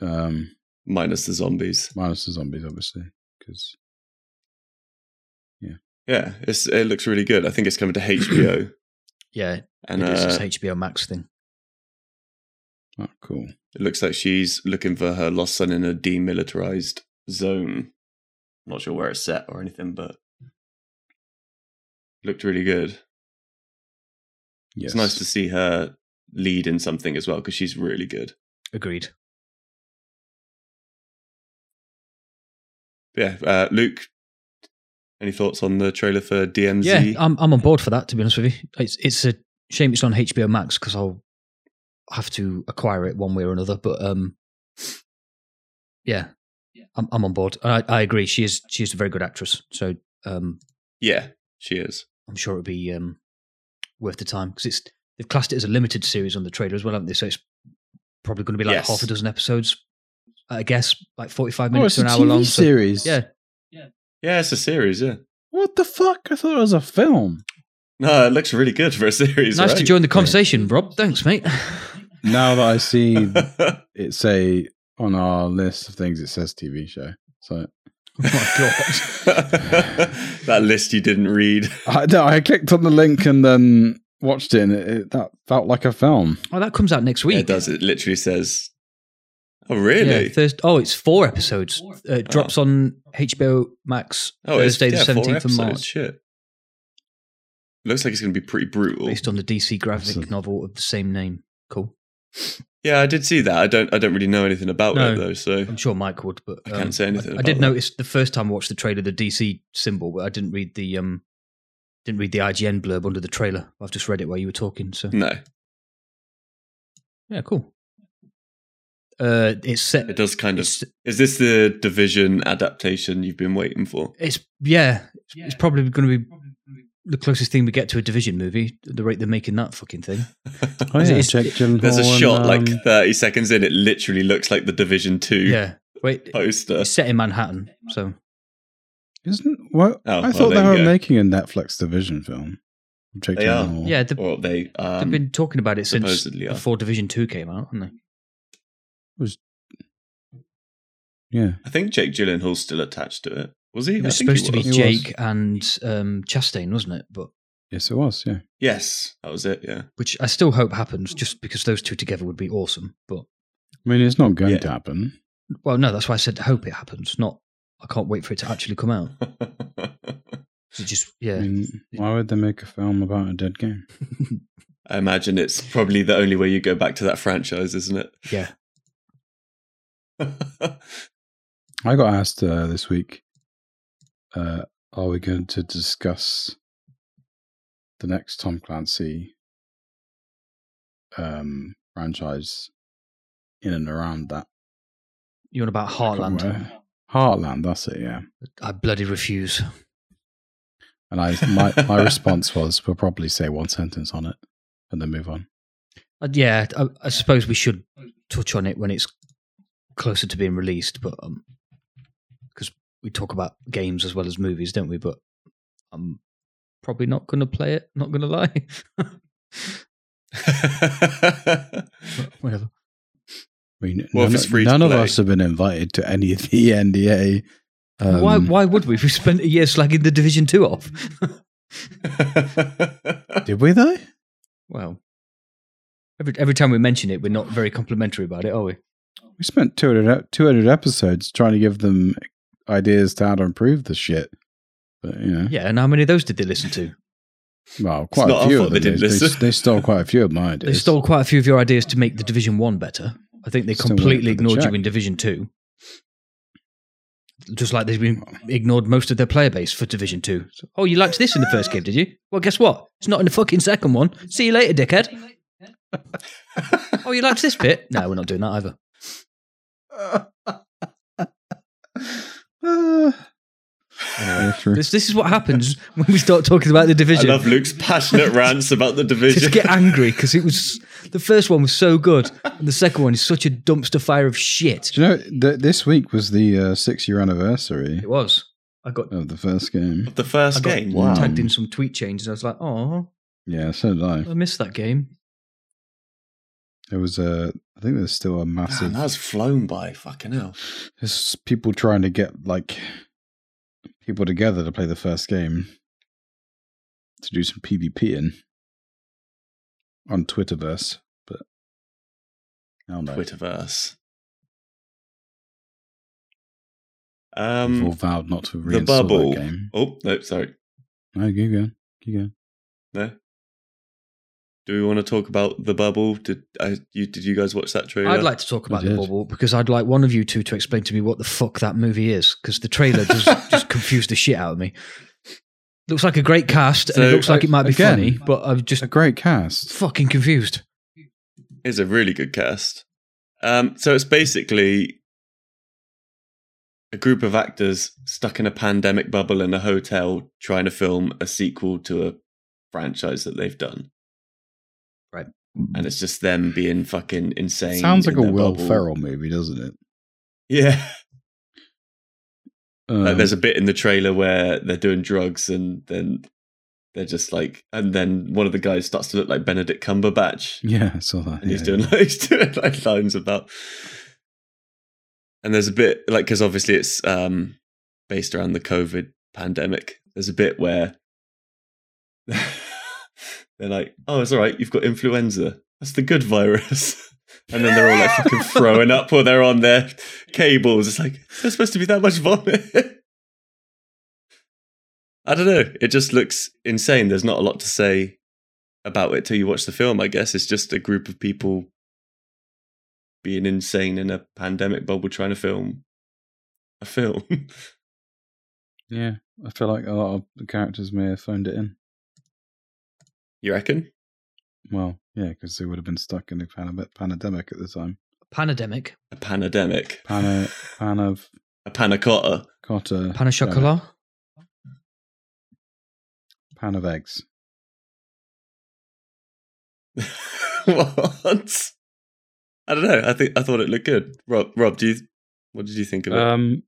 [SPEAKER 4] Um,
[SPEAKER 2] Minus the zombies.
[SPEAKER 4] minus the zombies, obviously, because
[SPEAKER 2] Yeah, it's, it looks really good. I think it's coming to HBO.
[SPEAKER 3] yeah,
[SPEAKER 2] And
[SPEAKER 3] it is
[SPEAKER 2] uh,
[SPEAKER 3] this HBO Max thing.
[SPEAKER 4] oh, cool.
[SPEAKER 2] It looks like she's looking for her lost son in a demilitarized zone. Not sure where it's set or anything, but looked really good.
[SPEAKER 4] Yes.
[SPEAKER 2] It's nice to see her lead in something as well because she's really good.
[SPEAKER 3] Agreed.
[SPEAKER 2] But yeah, uh, Luke, any thoughts on the trailer for DMZ?
[SPEAKER 3] Yeah,
[SPEAKER 4] um-
[SPEAKER 3] I'm I'm on board for that. To be honest with you, it's it's a shame it's not on HBO Max because I'll have to acquire it one way or another. But um, yeah, I'm I'm on board. And I, I agree. She is she is a very good actress. So um,
[SPEAKER 2] yeah, she is.
[SPEAKER 3] I'm sure it'll be um worth the time because it's they've classed it as a limited series on the trailer as well, haven't they? So it's probably going to be like
[SPEAKER 2] Yes.
[SPEAKER 3] half a dozen episodes, I guess, like 45
[SPEAKER 4] Oh,
[SPEAKER 3] minutes
[SPEAKER 4] it's
[SPEAKER 3] or
[SPEAKER 4] a
[SPEAKER 3] an
[SPEAKER 4] TV
[SPEAKER 3] hour long. so-
[SPEAKER 4] series.
[SPEAKER 3] yeah,
[SPEAKER 2] Yeah, it's a series. Yeah,
[SPEAKER 4] What the fuck? I thought it was a film.
[SPEAKER 2] no, it looks really good for a series.
[SPEAKER 3] nice to
[SPEAKER 2] right?
[SPEAKER 3] join the conversation, Rob. Thanks, mate. Oh
[SPEAKER 4] Now that I see it's a on our list of things it says TV show. So
[SPEAKER 2] that list you didn't read.
[SPEAKER 4] I, no, I clicked on the link and then watched it, and it, it- that felt like a film.
[SPEAKER 3] oh, that comes out next week.
[SPEAKER 2] Yeah, it does. It literally says, "Oh, really?
[SPEAKER 3] Yeah, Thursday. Oh, it's four episodes. Uh, it drops on HBO Max
[SPEAKER 2] oh, it's-
[SPEAKER 3] Thursday, the
[SPEAKER 2] yeah, four
[SPEAKER 3] 17th of
[SPEAKER 2] episodes,
[SPEAKER 3] March,
[SPEAKER 2] Shit. Looks like it's going to be pretty brutal.
[SPEAKER 3] based on the DC graphic
[SPEAKER 4] Awesome.
[SPEAKER 3] novel of the same name. Cool.
[SPEAKER 2] Yeah, I did see that. I don't. I don't really know anything about
[SPEAKER 3] No.
[SPEAKER 2] it though. So
[SPEAKER 3] I'm sure Mike would, but um,
[SPEAKER 2] I can't say anything
[SPEAKER 3] I, I
[SPEAKER 2] about
[SPEAKER 3] did
[SPEAKER 2] that.
[SPEAKER 3] notice the first time I watched the trailer, the DC symbol, but I didn't read the um, didn't read the IGN blurb under the trailer. I've just read it while you were talking. So
[SPEAKER 2] no,
[SPEAKER 3] yeah, cool. Uh, it's set.
[SPEAKER 2] it does kind of.
[SPEAKER 3] It's,
[SPEAKER 2] Is this the division adaptation you've been waiting for?
[SPEAKER 3] it's yeah. It's probably going to be the closest thing we get to a division movie. at The rate they're making that fucking thing.
[SPEAKER 4] Oh
[SPEAKER 3] Is
[SPEAKER 4] yeah,
[SPEAKER 3] it- is-
[SPEAKER 4] Jake Gyllenhaal.
[SPEAKER 2] There's a
[SPEAKER 4] and,
[SPEAKER 2] shot like
[SPEAKER 4] um,
[SPEAKER 2] 30 seconds in. It literally looks like the Division Two
[SPEAKER 3] Yeah. Wait,
[SPEAKER 2] poster.
[SPEAKER 3] it's set in Manhattan, so
[SPEAKER 4] Isn't what
[SPEAKER 2] Oh,
[SPEAKER 4] I
[SPEAKER 2] well,
[SPEAKER 4] thought
[SPEAKER 2] there
[SPEAKER 4] they
[SPEAKER 2] you
[SPEAKER 4] were
[SPEAKER 2] go.
[SPEAKER 4] making a Netflix division film. Jake
[SPEAKER 2] They are.
[SPEAKER 4] Gyllenhaal.
[SPEAKER 3] Yeah, the,
[SPEAKER 2] Or they um,
[SPEAKER 3] they've been talking about it since
[SPEAKER 2] supposedly are.
[SPEAKER 3] before Division Two came out, haven't they?
[SPEAKER 4] yeah.
[SPEAKER 2] I think Jake Gyllenhaal's still attached to it. Was he?
[SPEAKER 3] It
[SPEAKER 2] I
[SPEAKER 3] was
[SPEAKER 2] think he
[SPEAKER 3] supposed to be
[SPEAKER 2] was.
[SPEAKER 4] He was.
[SPEAKER 3] Jake and um, Chastain, wasn't it? But
[SPEAKER 4] Yes, it was. Yeah,
[SPEAKER 2] Yes, that was it. Yeah.
[SPEAKER 3] which I still hope happens, just because those two together would be awesome. But
[SPEAKER 4] I mean, it's not going
[SPEAKER 2] Yeah.
[SPEAKER 4] to happen.
[SPEAKER 3] well, no, that's why I said hope it happens. Not I can't wait for it to actually come out. It just yeah,
[SPEAKER 4] I mean, why would they make a film about a dead game?
[SPEAKER 2] I imagine it's probably the only way you go back to that franchise, isn't it?
[SPEAKER 3] yeah.
[SPEAKER 4] I got asked uh, this week, uh, are we going to discuss the next Tom Clancy um, franchise in and around that?
[SPEAKER 3] You want about Heartland?
[SPEAKER 4] Somewhere. Heartland, that's it, yeah.
[SPEAKER 3] I bloody refuse.
[SPEAKER 4] And I my, my response was we'll probably say one sentence on it and then move on.
[SPEAKER 3] Uh, yeah, I, I suppose we should touch on it when it's closer to being released, but because we talk about games as well as movies, don't we? But I'm probably not going to play it. Not going to lie. But Whatever.
[SPEAKER 4] I mean,
[SPEAKER 2] Well, if
[SPEAKER 4] none,
[SPEAKER 2] it's free to
[SPEAKER 4] none of
[SPEAKER 2] play.
[SPEAKER 4] us have been invited to any of the NDA. Um,
[SPEAKER 3] why? Why would we? We spent a year slagging the Division Two off.
[SPEAKER 4] Did we though?
[SPEAKER 3] well, every every time we mention it, we're not very complimentary about it, are we?
[SPEAKER 4] We spent 200, ep- 200 episodes trying to give them ideas to how to improve the shit. But, you know,
[SPEAKER 3] Yeah. And how many of those did they listen to?
[SPEAKER 4] well, quite
[SPEAKER 2] not
[SPEAKER 4] a
[SPEAKER 2] our
[SPEAKER 4] few
[SPEAKER 2] fault
[SPEAKER 4] of
[SPEAKER 2] they
[SPEAKER 4] them. They,
[SPEAKER 2] didn't
[SPEAKER 4] they,
[SPEAKER 2] listen.
[SPEAKER 4] they stole quite a few of my ideas.
[SPEAKER 3] They stole quite a few of your ideas to make the Division One better. I think they
[SPEAKER 4] Still waiting
[SPEAKER 3] completely
[SPEAKER 4] for the
[SPEAKER 3] ignored
[SPEAKER 4] check.
[SPEAKER 3] you in Division Two, just like they've been ignored most of their player base for Division Two. So, oh, you liked this in the first game, did you? Well, guess what? It's not in the fucking second one. See you later, dickhead. oh, you liked this bit? No, we're not doing that either.
[SPEAKER 4] Uh, yeah, true.
[SPEAKER 3] This this is what happens when we start talking about the
[SPEAKER 2] I
[SPEAKER 3] Division.
[SPEAKER 2] love Luke's passionate rants about the division.
[SPEAKER 3] just get angry because it was the first one was so good, and the second one is such a dumpster fire of shit.
[SPEAKER 4] Do you know, th- this week was the uh, six year anniversary
[SPEAKER 3] It was. I got
[SPEAKER 4] of the first game.
[SPEAKER 2] the first
[SPEAKER 3] I got
[SPEAKER 2] game.
[SPEAKER 4] Wow.
[SPEAKER 3] tagged in some tweet changes. I was like, oh,
[SPEAKER 4] Yeah, so did I.
[SPEAKER 3] I missed that game.
[SPEAKER 4] There was a, I think there's still a massive.
[SPEAKER 2] Man, that's flown by. Fucking hell.
[SPEAKER 4] There's people trying to get like people together to play the first game to do some PvP in on Twitterverse, but I don't know.
[SPEAKER 2] Twitterverse.
[SPEAKER 4] We've all
[SPEAKER 2] Um,
[SPEAKER 4] vowed not to
[SPEAKER 2] the
[SPEAKER 4] reinstall
[SPEAKER 2] bubble.
[SPEAKER 4] that game.
[SPEAKER 2] Oh no, sorry.
[SPEAKER 4] No, keep going, keep going.
[SPEAKER 2] No. Do we want to talk about the bubble? Did I? You did you guys watch that trailer?
[SPEAKER 3] I'd like to talk about
[SPEAKER 4] I
[SPEAKER 3] the
[SPEAKER 4] did.
[SPEAKER 3] bubble because I'd like one of you two to explain to me what the fuck that movie is because the trailer just, just confused the shit out of me. Looks like a great cast and
[SPEAKER 2] So,
[SPEAKER 3] it looks like it might be
[SPEAKER 4] again-
[SPEAKER 3] funny, but I'm
[SPEAKER 4] It's
[SPEAKER 3] just
[SPEAKER 4] a great cast.
[SPEAKER 3] fucking confused.
[SPEAKER 2] is a really good cast. Um, so it's basically a group of actors stuck in a pandemic bubble in a hotel trying to film a sequel to a franchise that they've done.
[SPEAKER 3] Right.
[SPEAKER 2] And it's just them being fucking insane.
[SPEAKER 4] Sounds like
[SPEAKER 2] in
[SPEAKER 4] a
[SPEAKER 2] their
[SPEAKER 4] Will
[SPEAKER 2] bubble.
[SPEAKER 4] Ferrell movie, doesn't it?
[SPEAKER 2] Yeah.
[SPEAKER 4] Um,
[SPEAKER 2] Like Uh, there's a bit in the trailer where they're doing drugs and then they're just like, and then one of the guys starts to look like Benedict Cumberbatch.
[SPEAKER 4] yeah, I saw that.
[SPEAKER 2] and he's
[SPEAKER 4] yeah.
[SPEAKER 2] doing like, he's doing like lines about. And there's a bit like because obviously it's um based around the COVID pandemic. There's a bit where they're like, "Oh, it's all right. You've got influenza. That's the good virus." And then they're all like fucking throwing up or they're on their cables. It's like there's supposed to be that much vomit. I don't know. It just looks insane. There's not a lot to say about it till you watch the film, I guess. It's just a group of people being insane in a pandemic bubble trying to film a film.
[SPEAKER 4] Yeah, I feel like a lot of the characters may have phoned it in.
[SPEAKER 2] you reckon?
[SPEAKER 4] Well, yeah, because they would have been stuck in a pan- pandemic at the time.
[SPEAKER 3] Pandemic.
[SPEAKER 2] A pandemic.
[SPEAKER 4] Pana, pan of
[SPEAKER 2] a panacotta.
[SPEAKER 4] cotta,
[SPEAKER 3] Pan of chocolat.
[SPEAKER 4] pan of eggs.
[SPEAKER 2] what?
[SPEAKER 4] Uh,
[SPEAKER 2] I don't know. I think I thought it looked good. Rob, Rob, do you? What did you think of it?
[SPEAKER 4] Um,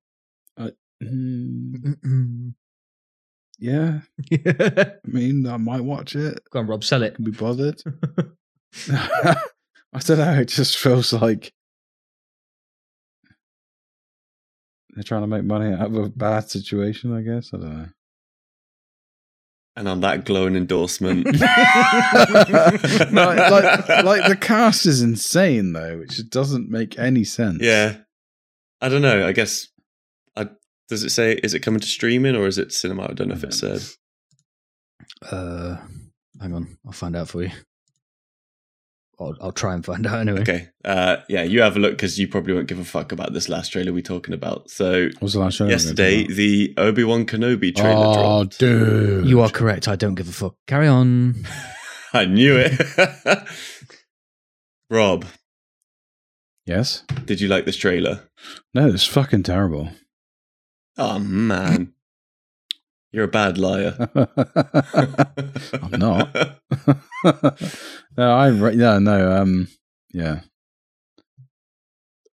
[SPEAKER 4] I, Mm, yeah,
[SPEAKER 3] Go
[SPEAKER 4] I mean, I might watch it.
[SPEAKER 3] on, Rob, sell it.
[SPEAKER 4] Can be bothered. I don't know. It just feels like they're trying to make money out of a bad situation. I guess I don't know.
[SPEAKER 2] And on that glowing endorsement,
[SPEAKER 4] No, like, like the cast is insane though, which just doesn't make any sense.
[SPEAKER 2] yeah, I don't know. I guess I, does it say is it coming to streaming or is it cinema? I don't know if it said.
[SPEAKER 3] Uh, hang on, I'll find out for you. I'll, I'll try and find out anyway.
[SPEAKER 2] Okay, uh, yeah, you have a look because you probably won't give a fuck about this last trailer we're talking about. So
[SPEAKER 4] What was the last show?
[SPEAKER 2] yesterday, the Obi Wan Kenobi trailer
[SPEAKER 4] oh,
[SPEAKER 2] dropped.
[SPEAKER 4] dude,
[SPEAKER 3] You are correct. I don't give a fuck. Carry on.
[SPEAKER 2] I knew it. Rob,
[SPEAKER 4] yes.
[SPEAKER 2] did you like this trailer?
[SPEAKER 4] No, it's fucking terrible.
[SPEAKER 2] Oh man, you're a bad liar.
[SPEAKER 4] I'm not. no, Uh, I re- no no um yeah.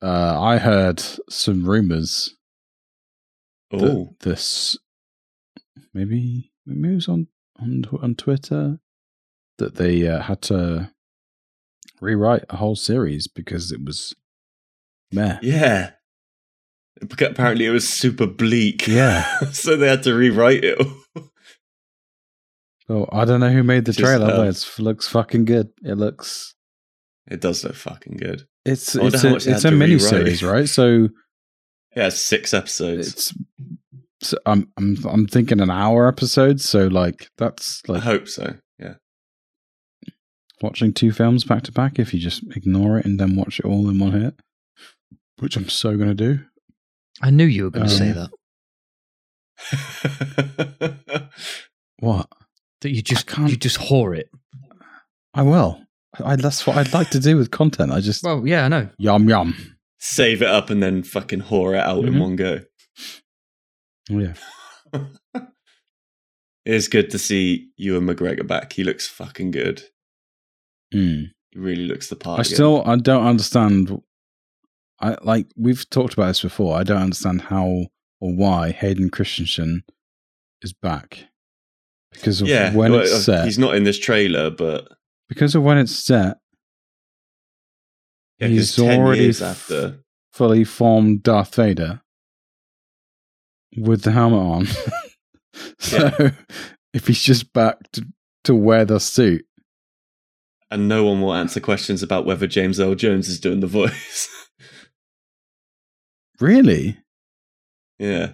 [SPEAKER 4] Uh, I heard some rumors
[SPEAKER 2] oh,
[SPEAKER 4] that this maybe maybe it was on on tw- on Twitter that they uh, had to rewrite a whole series because it was meh.
[SPEAKER 2] yeah. Because Apparently, it was super bleak.
[SPEAKER 4] Yeah.
[SPEAKER 2] so they had to rewrite it.
[SPEAKER 4] So I don't know who made the
[SPEAKER 2] Just,
[SPEAKER 4] trailer,
[SPEAKER 2] uh,
[SPEAKER 4] but it looks fucking good. It looks
[SPEAKER 2] It does look fucking good.
[SPEAKER 4] It's
[SPEAKER 2] I wonder
[SPEAKER 4] it's
[SPEAKER 2] how
[SPEAKER 4] a,
[SPEAKER 2] much they
[SPEAKER 4] it's a
[SPEAKER 2] had to
[SPEAKER 4] mini
[SPEAKER 2] rewrite.
[SPEAKER 4] series, right? So
[SPEAKER 2] Yeah, it's six episodes.
[SPEAKER 4] it's so I'm I'm I'm thinking an hour episode. So like that's
[SPEAKER 2] I
[SPEAKER 4] like
[SPEAKER 2] hope so. Yeah.
[SPEAKER 4] watching two films back to back. If you just ignore it and then watch it all in one hit, which I'm so gonna do.
[SPEAKER 3] I knew you were going
[SPEAKER 4] Um,
[SPEAKER 3] to say that.
[SPEAKER 4] What
[SPEAKER 3] That you just
[SPEAKER 4] can't-
[SPEAKER 3] you just whore it.
[SPEAKER 4] I will. I, I that's what I'd like to do with content. I just
[SPEAKER 3] Well, yeah, I know.
[SPEAKER 4] yum yum.
[SPEAKER 2] Save it up and then fucking whore it out in
[SPEAKER 4] Mhm.
[SPEAKER 2] one go.
[SPEAKER 4] Oh, Yeah,
[SPEAKER 2] It is good to see you and McGregor back. He looks fucking good.
[SPEAKER 4] Mm.
[SPEAKER 2] He really looks the part.
[SPEAKER 4] I
[SPEAKER 2] again.
[SPEAKER 4] still I don't understand. I like we've talked about this before. I don't understand how or why Hayden Christensen is back because of
[SPEAKER 2] yeah.
[SPEAKER 4] when
[SPEAKER 2] well, uh,
[SPEAKER 4] it's set.
[SPEAKER 2] He's not in this trailer, but
[SPEAKER 4] because of when it's set,
[SPEAKER 2] yeah, 'cause
[SPEAKER 4] He's
[SPEAKER 2] ten
[SPEAKER 4] already
[SPEAKER 2] years
[SPEAKER 4] f-
[SPEAKER 2] after.
[SPEAKER 4] fully formed Darth Vader with the helmet on. so if he's just back to, to wear the suit,
[SPEAKER 2] and no one will answer questions about whether James Earl Jones is doing the voice.
[SPEAKER 4] really,
[SPEAKER 2] yeah,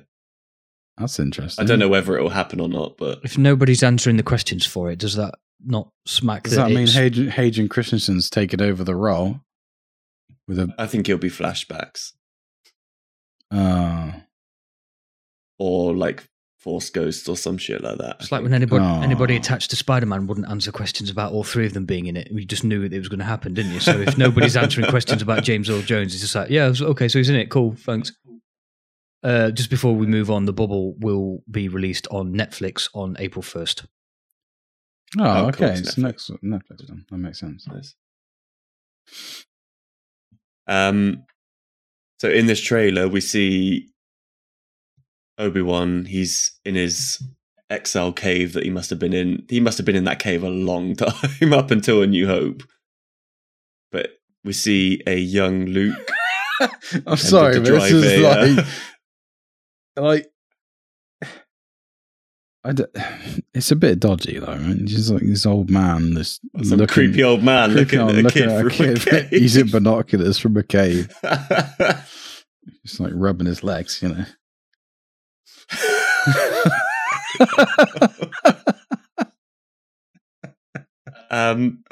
[SPEAKER 4] that's interesting.
[SPEAKER 2] I don't know whether it will happen or not, but
[SPEAKER 3] If nobody's answering the questions for it, does that not smack
[SPEAKER 4] Does that mean
[SPEAKER 3] it's-
[SPEAKER 4] Hayden, Hayden Christensen's taken over the role with a?
[SPEAKER 2] I think it'll be flashbacks
[SPEAKER 4] Uh,
[SPEAKER 2] or like Force Ghosts or some shit like that. I
[SPEAKER 3] It's like
[SPEAKER 2] think.
[SPEAKER 3] when anybody
[SPEAKER 4] Oh.
[SPEAKER 3] anybody attached to Spider Man wouldn't answer questions about all three of them being in it. You just knew it was going to happen, didn't you? So if nobody's answering questions about James Earl Jones, it's just like, yeah, it's- okay, so he's in it. Cool, thanks. Uh, just before we move on, the bubble will be released on Netflix on April first.
[SPEAKER 4] oh,
[SPEAKER 2] Oh, of
[SPEAKER 4] okay.
[SPEAKER 2] course,
[SPEAKER 4] It's
[SPEAKER 2] Netflix.
[SPEAKER 4] next Netflix then. That makes sense.
[SPEAKER 2] Nice. Um, so in this trailer, we see Obi Wan. He's in his XL cave that he must have been in. He must have been in that cave a long time up until A New Hope. But we see a young Luke.
[SPEAKER 4] I'm sorry,
[SPEAKER 2] the
[SPEAKER 4] but this
[SPEAKER 2] drive here.
[SPEAKER 4] is like like I d- it's a bit dodgy though, right? It's just like this old man, this
[SPEAKER 2] some
[SPEAKER 4] looking-
[SPEAKER 2] creepy old man
[SPEAKER 4] creepy
[SPEAKER 2] looking
[SPEAKER 4] old-
[SPEAKER 2] at a
[SPEAKER 4] looking
[SPEAKER 2] kid
[SPEAKER 4] at a
[SPEAKER 2] through a
[SPEAKER 4] kid
[SPEAKER 2] cave.
[SPEAKER 4] using binoculars from a cave, just like rubbing his legs, you know.
[SPEAKER 2] um,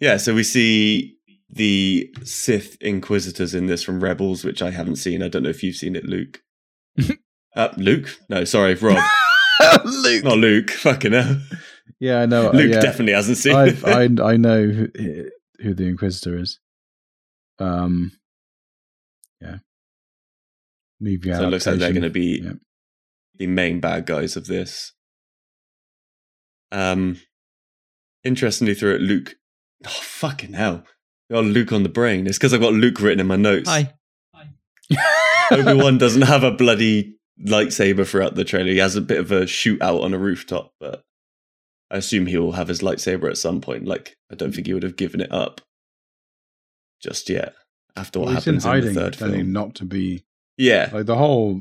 [SPEAKER 2] yeah, so we see the Sith Inquisitors in this from Rebels, which I haven't seen. I don't know if you've seen it, Luke. uh, Luke? No, sorry, Rob.
[SPEAKER 4] Luke.
[SPEAKER 2] Not Luke. Fucking hell.
[SPEAKER 4] Yeah, I know.
[SPEAKER 2] Luke
[SPEAKER 4] Uh, yeah.
[SPEAKER 2] definitely hasn't seen
[SPEAKER 4] I
[SPEAKER 2] it.
[SPEAKER 4] I I know who, who the Inquisitor is. Um, yeah. Movie
[SPEAKER 2] so it looks like they're
[SPEAKER 4] adaptation.
[SPEAKER 2] going to be
[SPEAKER 4] Yeah.
[SPEAKER 2] the main bad guys of this. Um, interestingly, through it, Luke. Oh fucking hell! Got Luke on the brain. It's because I've got Luke written in my notes.
[SPEAKER 3] Hi.
[SPEAKER 2] Obi Wan doesn't have a bloody lightsaber throughout the trailer. He has a bit of a shootout on a rooftop, but I assume he will have his lightsaber at some point. Like, I don't think he would have given it up just yet after what
[SPEAKER 4] Well, he's in
[SPEAKER 2] happens in,
[SPEAKER 4] hiding,
[SPEAKER 2] the third
[SPEAKER 4] telling him
[SPEAKER 2] film.
[SPEAKER 4] not to be
[SPEAKER 2] Yeah,
[SPEAKER 4] like the whole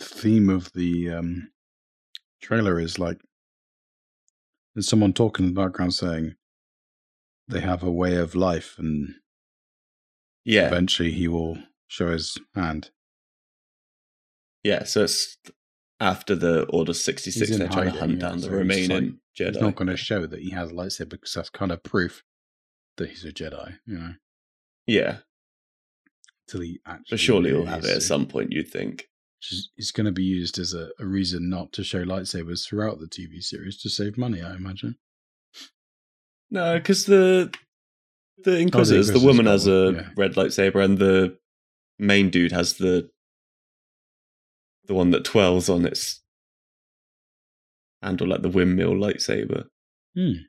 [SPEAKER 4] theme of the um, trailer is like there's someone talking in the background saying they have a way of life and
[SPEAKER 2] yeah,
[SPEAKER 4] eventually he will show his hand.
[SPEAKER 2] yeah. So it's after the Order 66,
[SPEAKER 4] He's in
[SPEAKER 2] they're trying to
[SPEAKER 4] hiding,
[SPEAKER 2] hunt
[SPEAKER 4] yeah,
[SPEAKER 2] down the
[SPEAKER 4] so he's
[SPEAKER 2] remaining Jedi.
[SPEAKER 4] He's not going to show that he has a lightsaber because that's kind of proof that he's a Jedi, you know.
[SPEAKER 2] Yeah,
[SPEAKER 4] Till he actually,
[SPEAKER 2] but surely he'll
[SPEAKER 4] is.
[SPEAKER 2] have it at some point, you'd think.
[SPEAKER 4] Which is- It's going to be used as a, a reason not to show lightsabers throughout the TV series to save money, I imagine.
[SPEAKER 2] No, because the the Inquisitors, the
[SPEAKER 4] Oh, Inquisitor's
[SPEAKER 2] woman
[SPEAKER 4] got
[SPEAKER 2] has a
[SPEAKER 4] one, yeah.
[SPEAKER 2] red lightsaber, and the main dude has the the one that twirls on its handle, like the windmill lightsaber.
[SPEAKER 4] Hmm.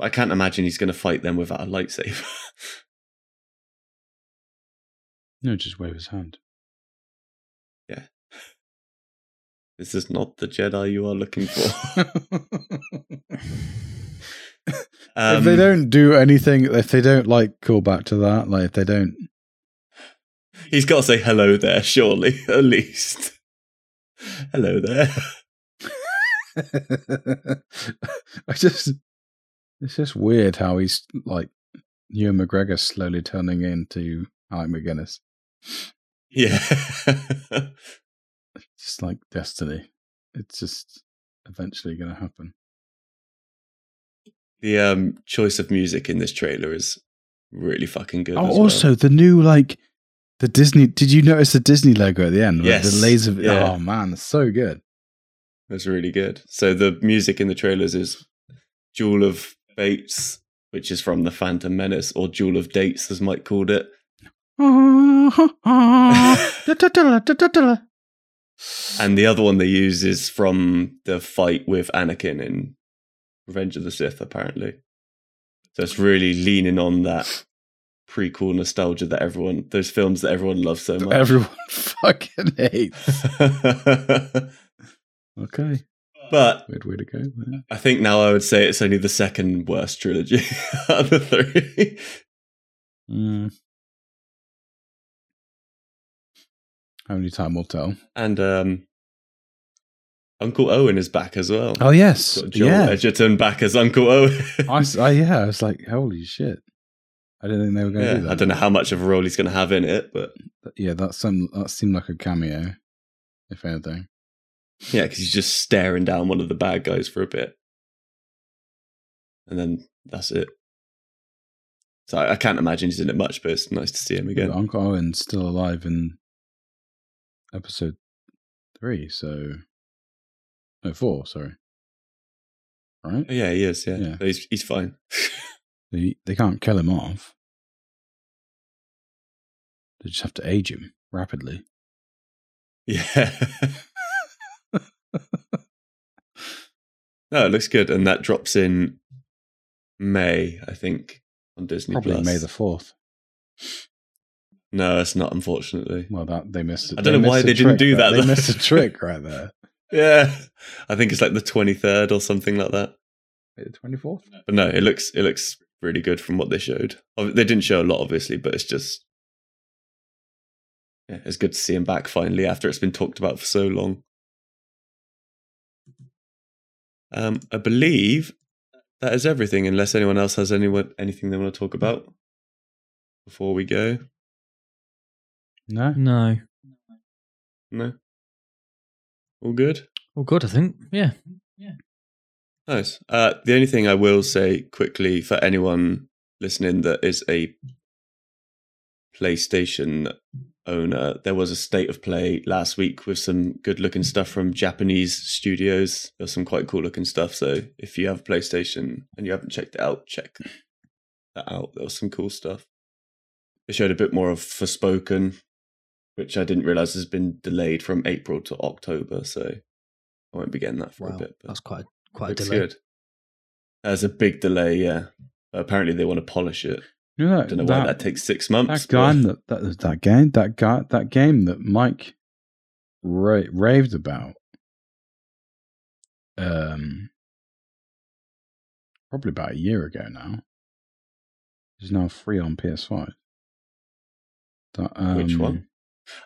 [SPEAKER 2] I can't imagine he's going to fight them without a lightsaber.
[SPEAKER 4] No, just wave his hand.
[SPEAKER 2] this is not the Jedi you are looking for. Um,
[SPEAKER 4] if they don't do anything, if they don't like call back to that, like if they don't,
[SPEAKER 2] he's got to say hello there, surely at least. hello there.
[SPEAKER 4] I just, it's just weird how he's like Ewan McGregor slowly turning into Alec McGuinness.
[SPEAKER 2] Yeah.
[SPEAKER 4] It's like destiny. It's just eventually going to happen.
[SPEAKER 2] The um, choice of music in this trailer is really fucking good.
[SPEAKER 4] Oh,
[SPEAKER 2] as well.
[SPEAKER 4] also the new like the Disney. Did you notice the Disney logo at the end? Like,
[SPEAKER 2] Yes.
[SPEAKER 4] the laser.
[SPEAKER 2] Yeah.
[SPEAKER 4] Oh man, it's so good.
[SPEAKER 2] that's really good. So the music in the trailers is "Jewel of Fates," which is from the Phantom Menace, or "Jewel of Dates," as Mike called it.
[SPEAKER 4] and
[SPEAKER 2] And the other one they use is from the fight with Anakin in Revenge of the Sith, apparently. So it's really leaning on that prequel nostalgia that everyone, those films that everyone loves so much.
[SPEAKER 4] everyone fucking hates. Okay,
[SPEAKER 2] but
[SPEAKER 4] weird way to go. there.
[SPEAKER 2] I think now I would say it's only the second worst trilogy out of the three.
[SPEAKER 4] Mm. Only time will tell.
[SPEAKER 2] And um, Uncle Owen is back as well.
[SPEAKER 4] Oh yes,
[SPEAKER 2] Got Joel
[SPEAKER 4] yeah.
[SPEAKER 2] Edgerton back as Uncle Owen.
[SPEAKER 4] I, s- I- yeah, I was like, holy shit! I didn't think they were going to
[SPEAKER 2] Yeah,
[SPEAKER 4] do that.
[SPEAKER 2] I don't know how much of a role he's going to have in it, but
[SPEAKER 4] Yeah, that some that seemed like a cameo, if anything.
[SPEAKER 2] yeah, because he's just staring down one of the bad guys for a bit. And then that's it. So I, I can't imagine he's in it much, but it's nice to see him
[SPEAKER 4] But
[SPEAKER 2] again.
[SPEAKER 4] Uncle Owen's still alive in episode three, so no four, sorry. Right?
[SPEAKER 2] Yeah, he is. Yeah,
[SPEAKER 4] Yeah.
[SPEAKER 2] So He's, he's fine.
[SPEAKER 4] They they can't kill him off. They just have to age him rapidly.
[SPEAKER 2] Yeah. no, it looks good, and that drops in May, I think, on Disney
[SPEAKER 4] Probably
[SPEAKER 2] Plus.
[SPEAKER 4] May the fourth.
[SPEAKER 2] no, it's not, unfortunately.
[SPEAKER 4] Well, that they missed. it.
[SPEAKER 2] I don't know
[SPEAKER 4] missed
[SPEAKER 2] why
[SPEAKER 4] a
[SPEAKER 2] they didn't
[SPEAKER 4] trick
[SPEAKER 2] do
[SPEAKER 4] there.
[SPEAKER 2] that,
[SPEAKER 4] They
[SPEAKER 2] though.
[SPEAKER 4] missed a trick right there.
[SPEAKER 2] Yeah, I think it's like the twenty third or something like that.
[SPEAKER 4] May the twenty fourth.
[SPEAKER 2] But no, it looks it looks really good from what they showed. Ob- They didn't show a lot, obviously, but it's just yeah, it's good to see him back finally after it's been talked about for so long. Um, I believe that is everything, unless anyone else has anyone anything they want to talk about before we go.
[SPEAKER 4] No,
[SPEAKER 3] No.
[SPEAKER 2] No, all good.
[SPEAKER 3] All Oh, good, I think. Yeah.
[SPEAKER 2] Nice. Uh, the only thing I will say quickly for anyone listening that is a PlayStation owner, there was a state of play last week with some good looking stuff from Japanese studios. There's some quite cool looking stuff. So if you have a PlayStation and you haven't checked it out, check that out. There was some cool stuff. They showed a bit more of Forspoken, which I didn't realize has been delayed from April to October. So I won't be getting that for
[SPEAKER 3] Wow.
[SPEAKER 2] a bit. but-
[SPEAKER 3] That's quite a, quite a
[SPEAKER 2] Looks
[SPEAKER 3] delay.
[SPEAKER 2] Good. That's a big delay, yeah. Apparently, they want to polish it.
[SPEAKER 4] You know,
[SPEAKER 2] I don't know why that takes six months.
[SPEAKER 4] that game that, that that game that guy that game that Mike ra- raved about. Um, probably about a year ago now. Is now free on PS5. That, um,
[SPEAKER 2] Which one?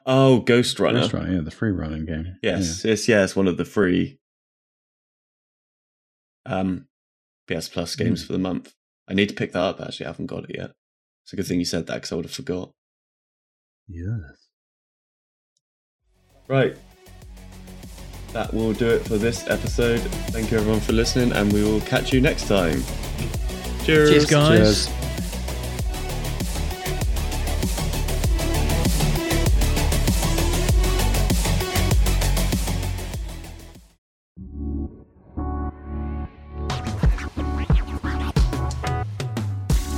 [SPEAKER 2] Oh, Ghost Runner.
[SPEAKER 4] Ghost Runner, yeah, the free running game.
[SPEAKER 2] Yes, yes, yeah, it's one of the free um PS Plus games for the month. I need to pick that up actually, I haven't got it yet. It's a good thing you said that because I would have forgot.
[SPEAKER 4] Yeah. Yes.
[SPEAKER 2] Right. That will do it for this episode. Thank you everyone for listening and we will catch you next time. Cheers.
[SPEAKER 3] Cheers, guys.
[SPEAKER 4] Cheers.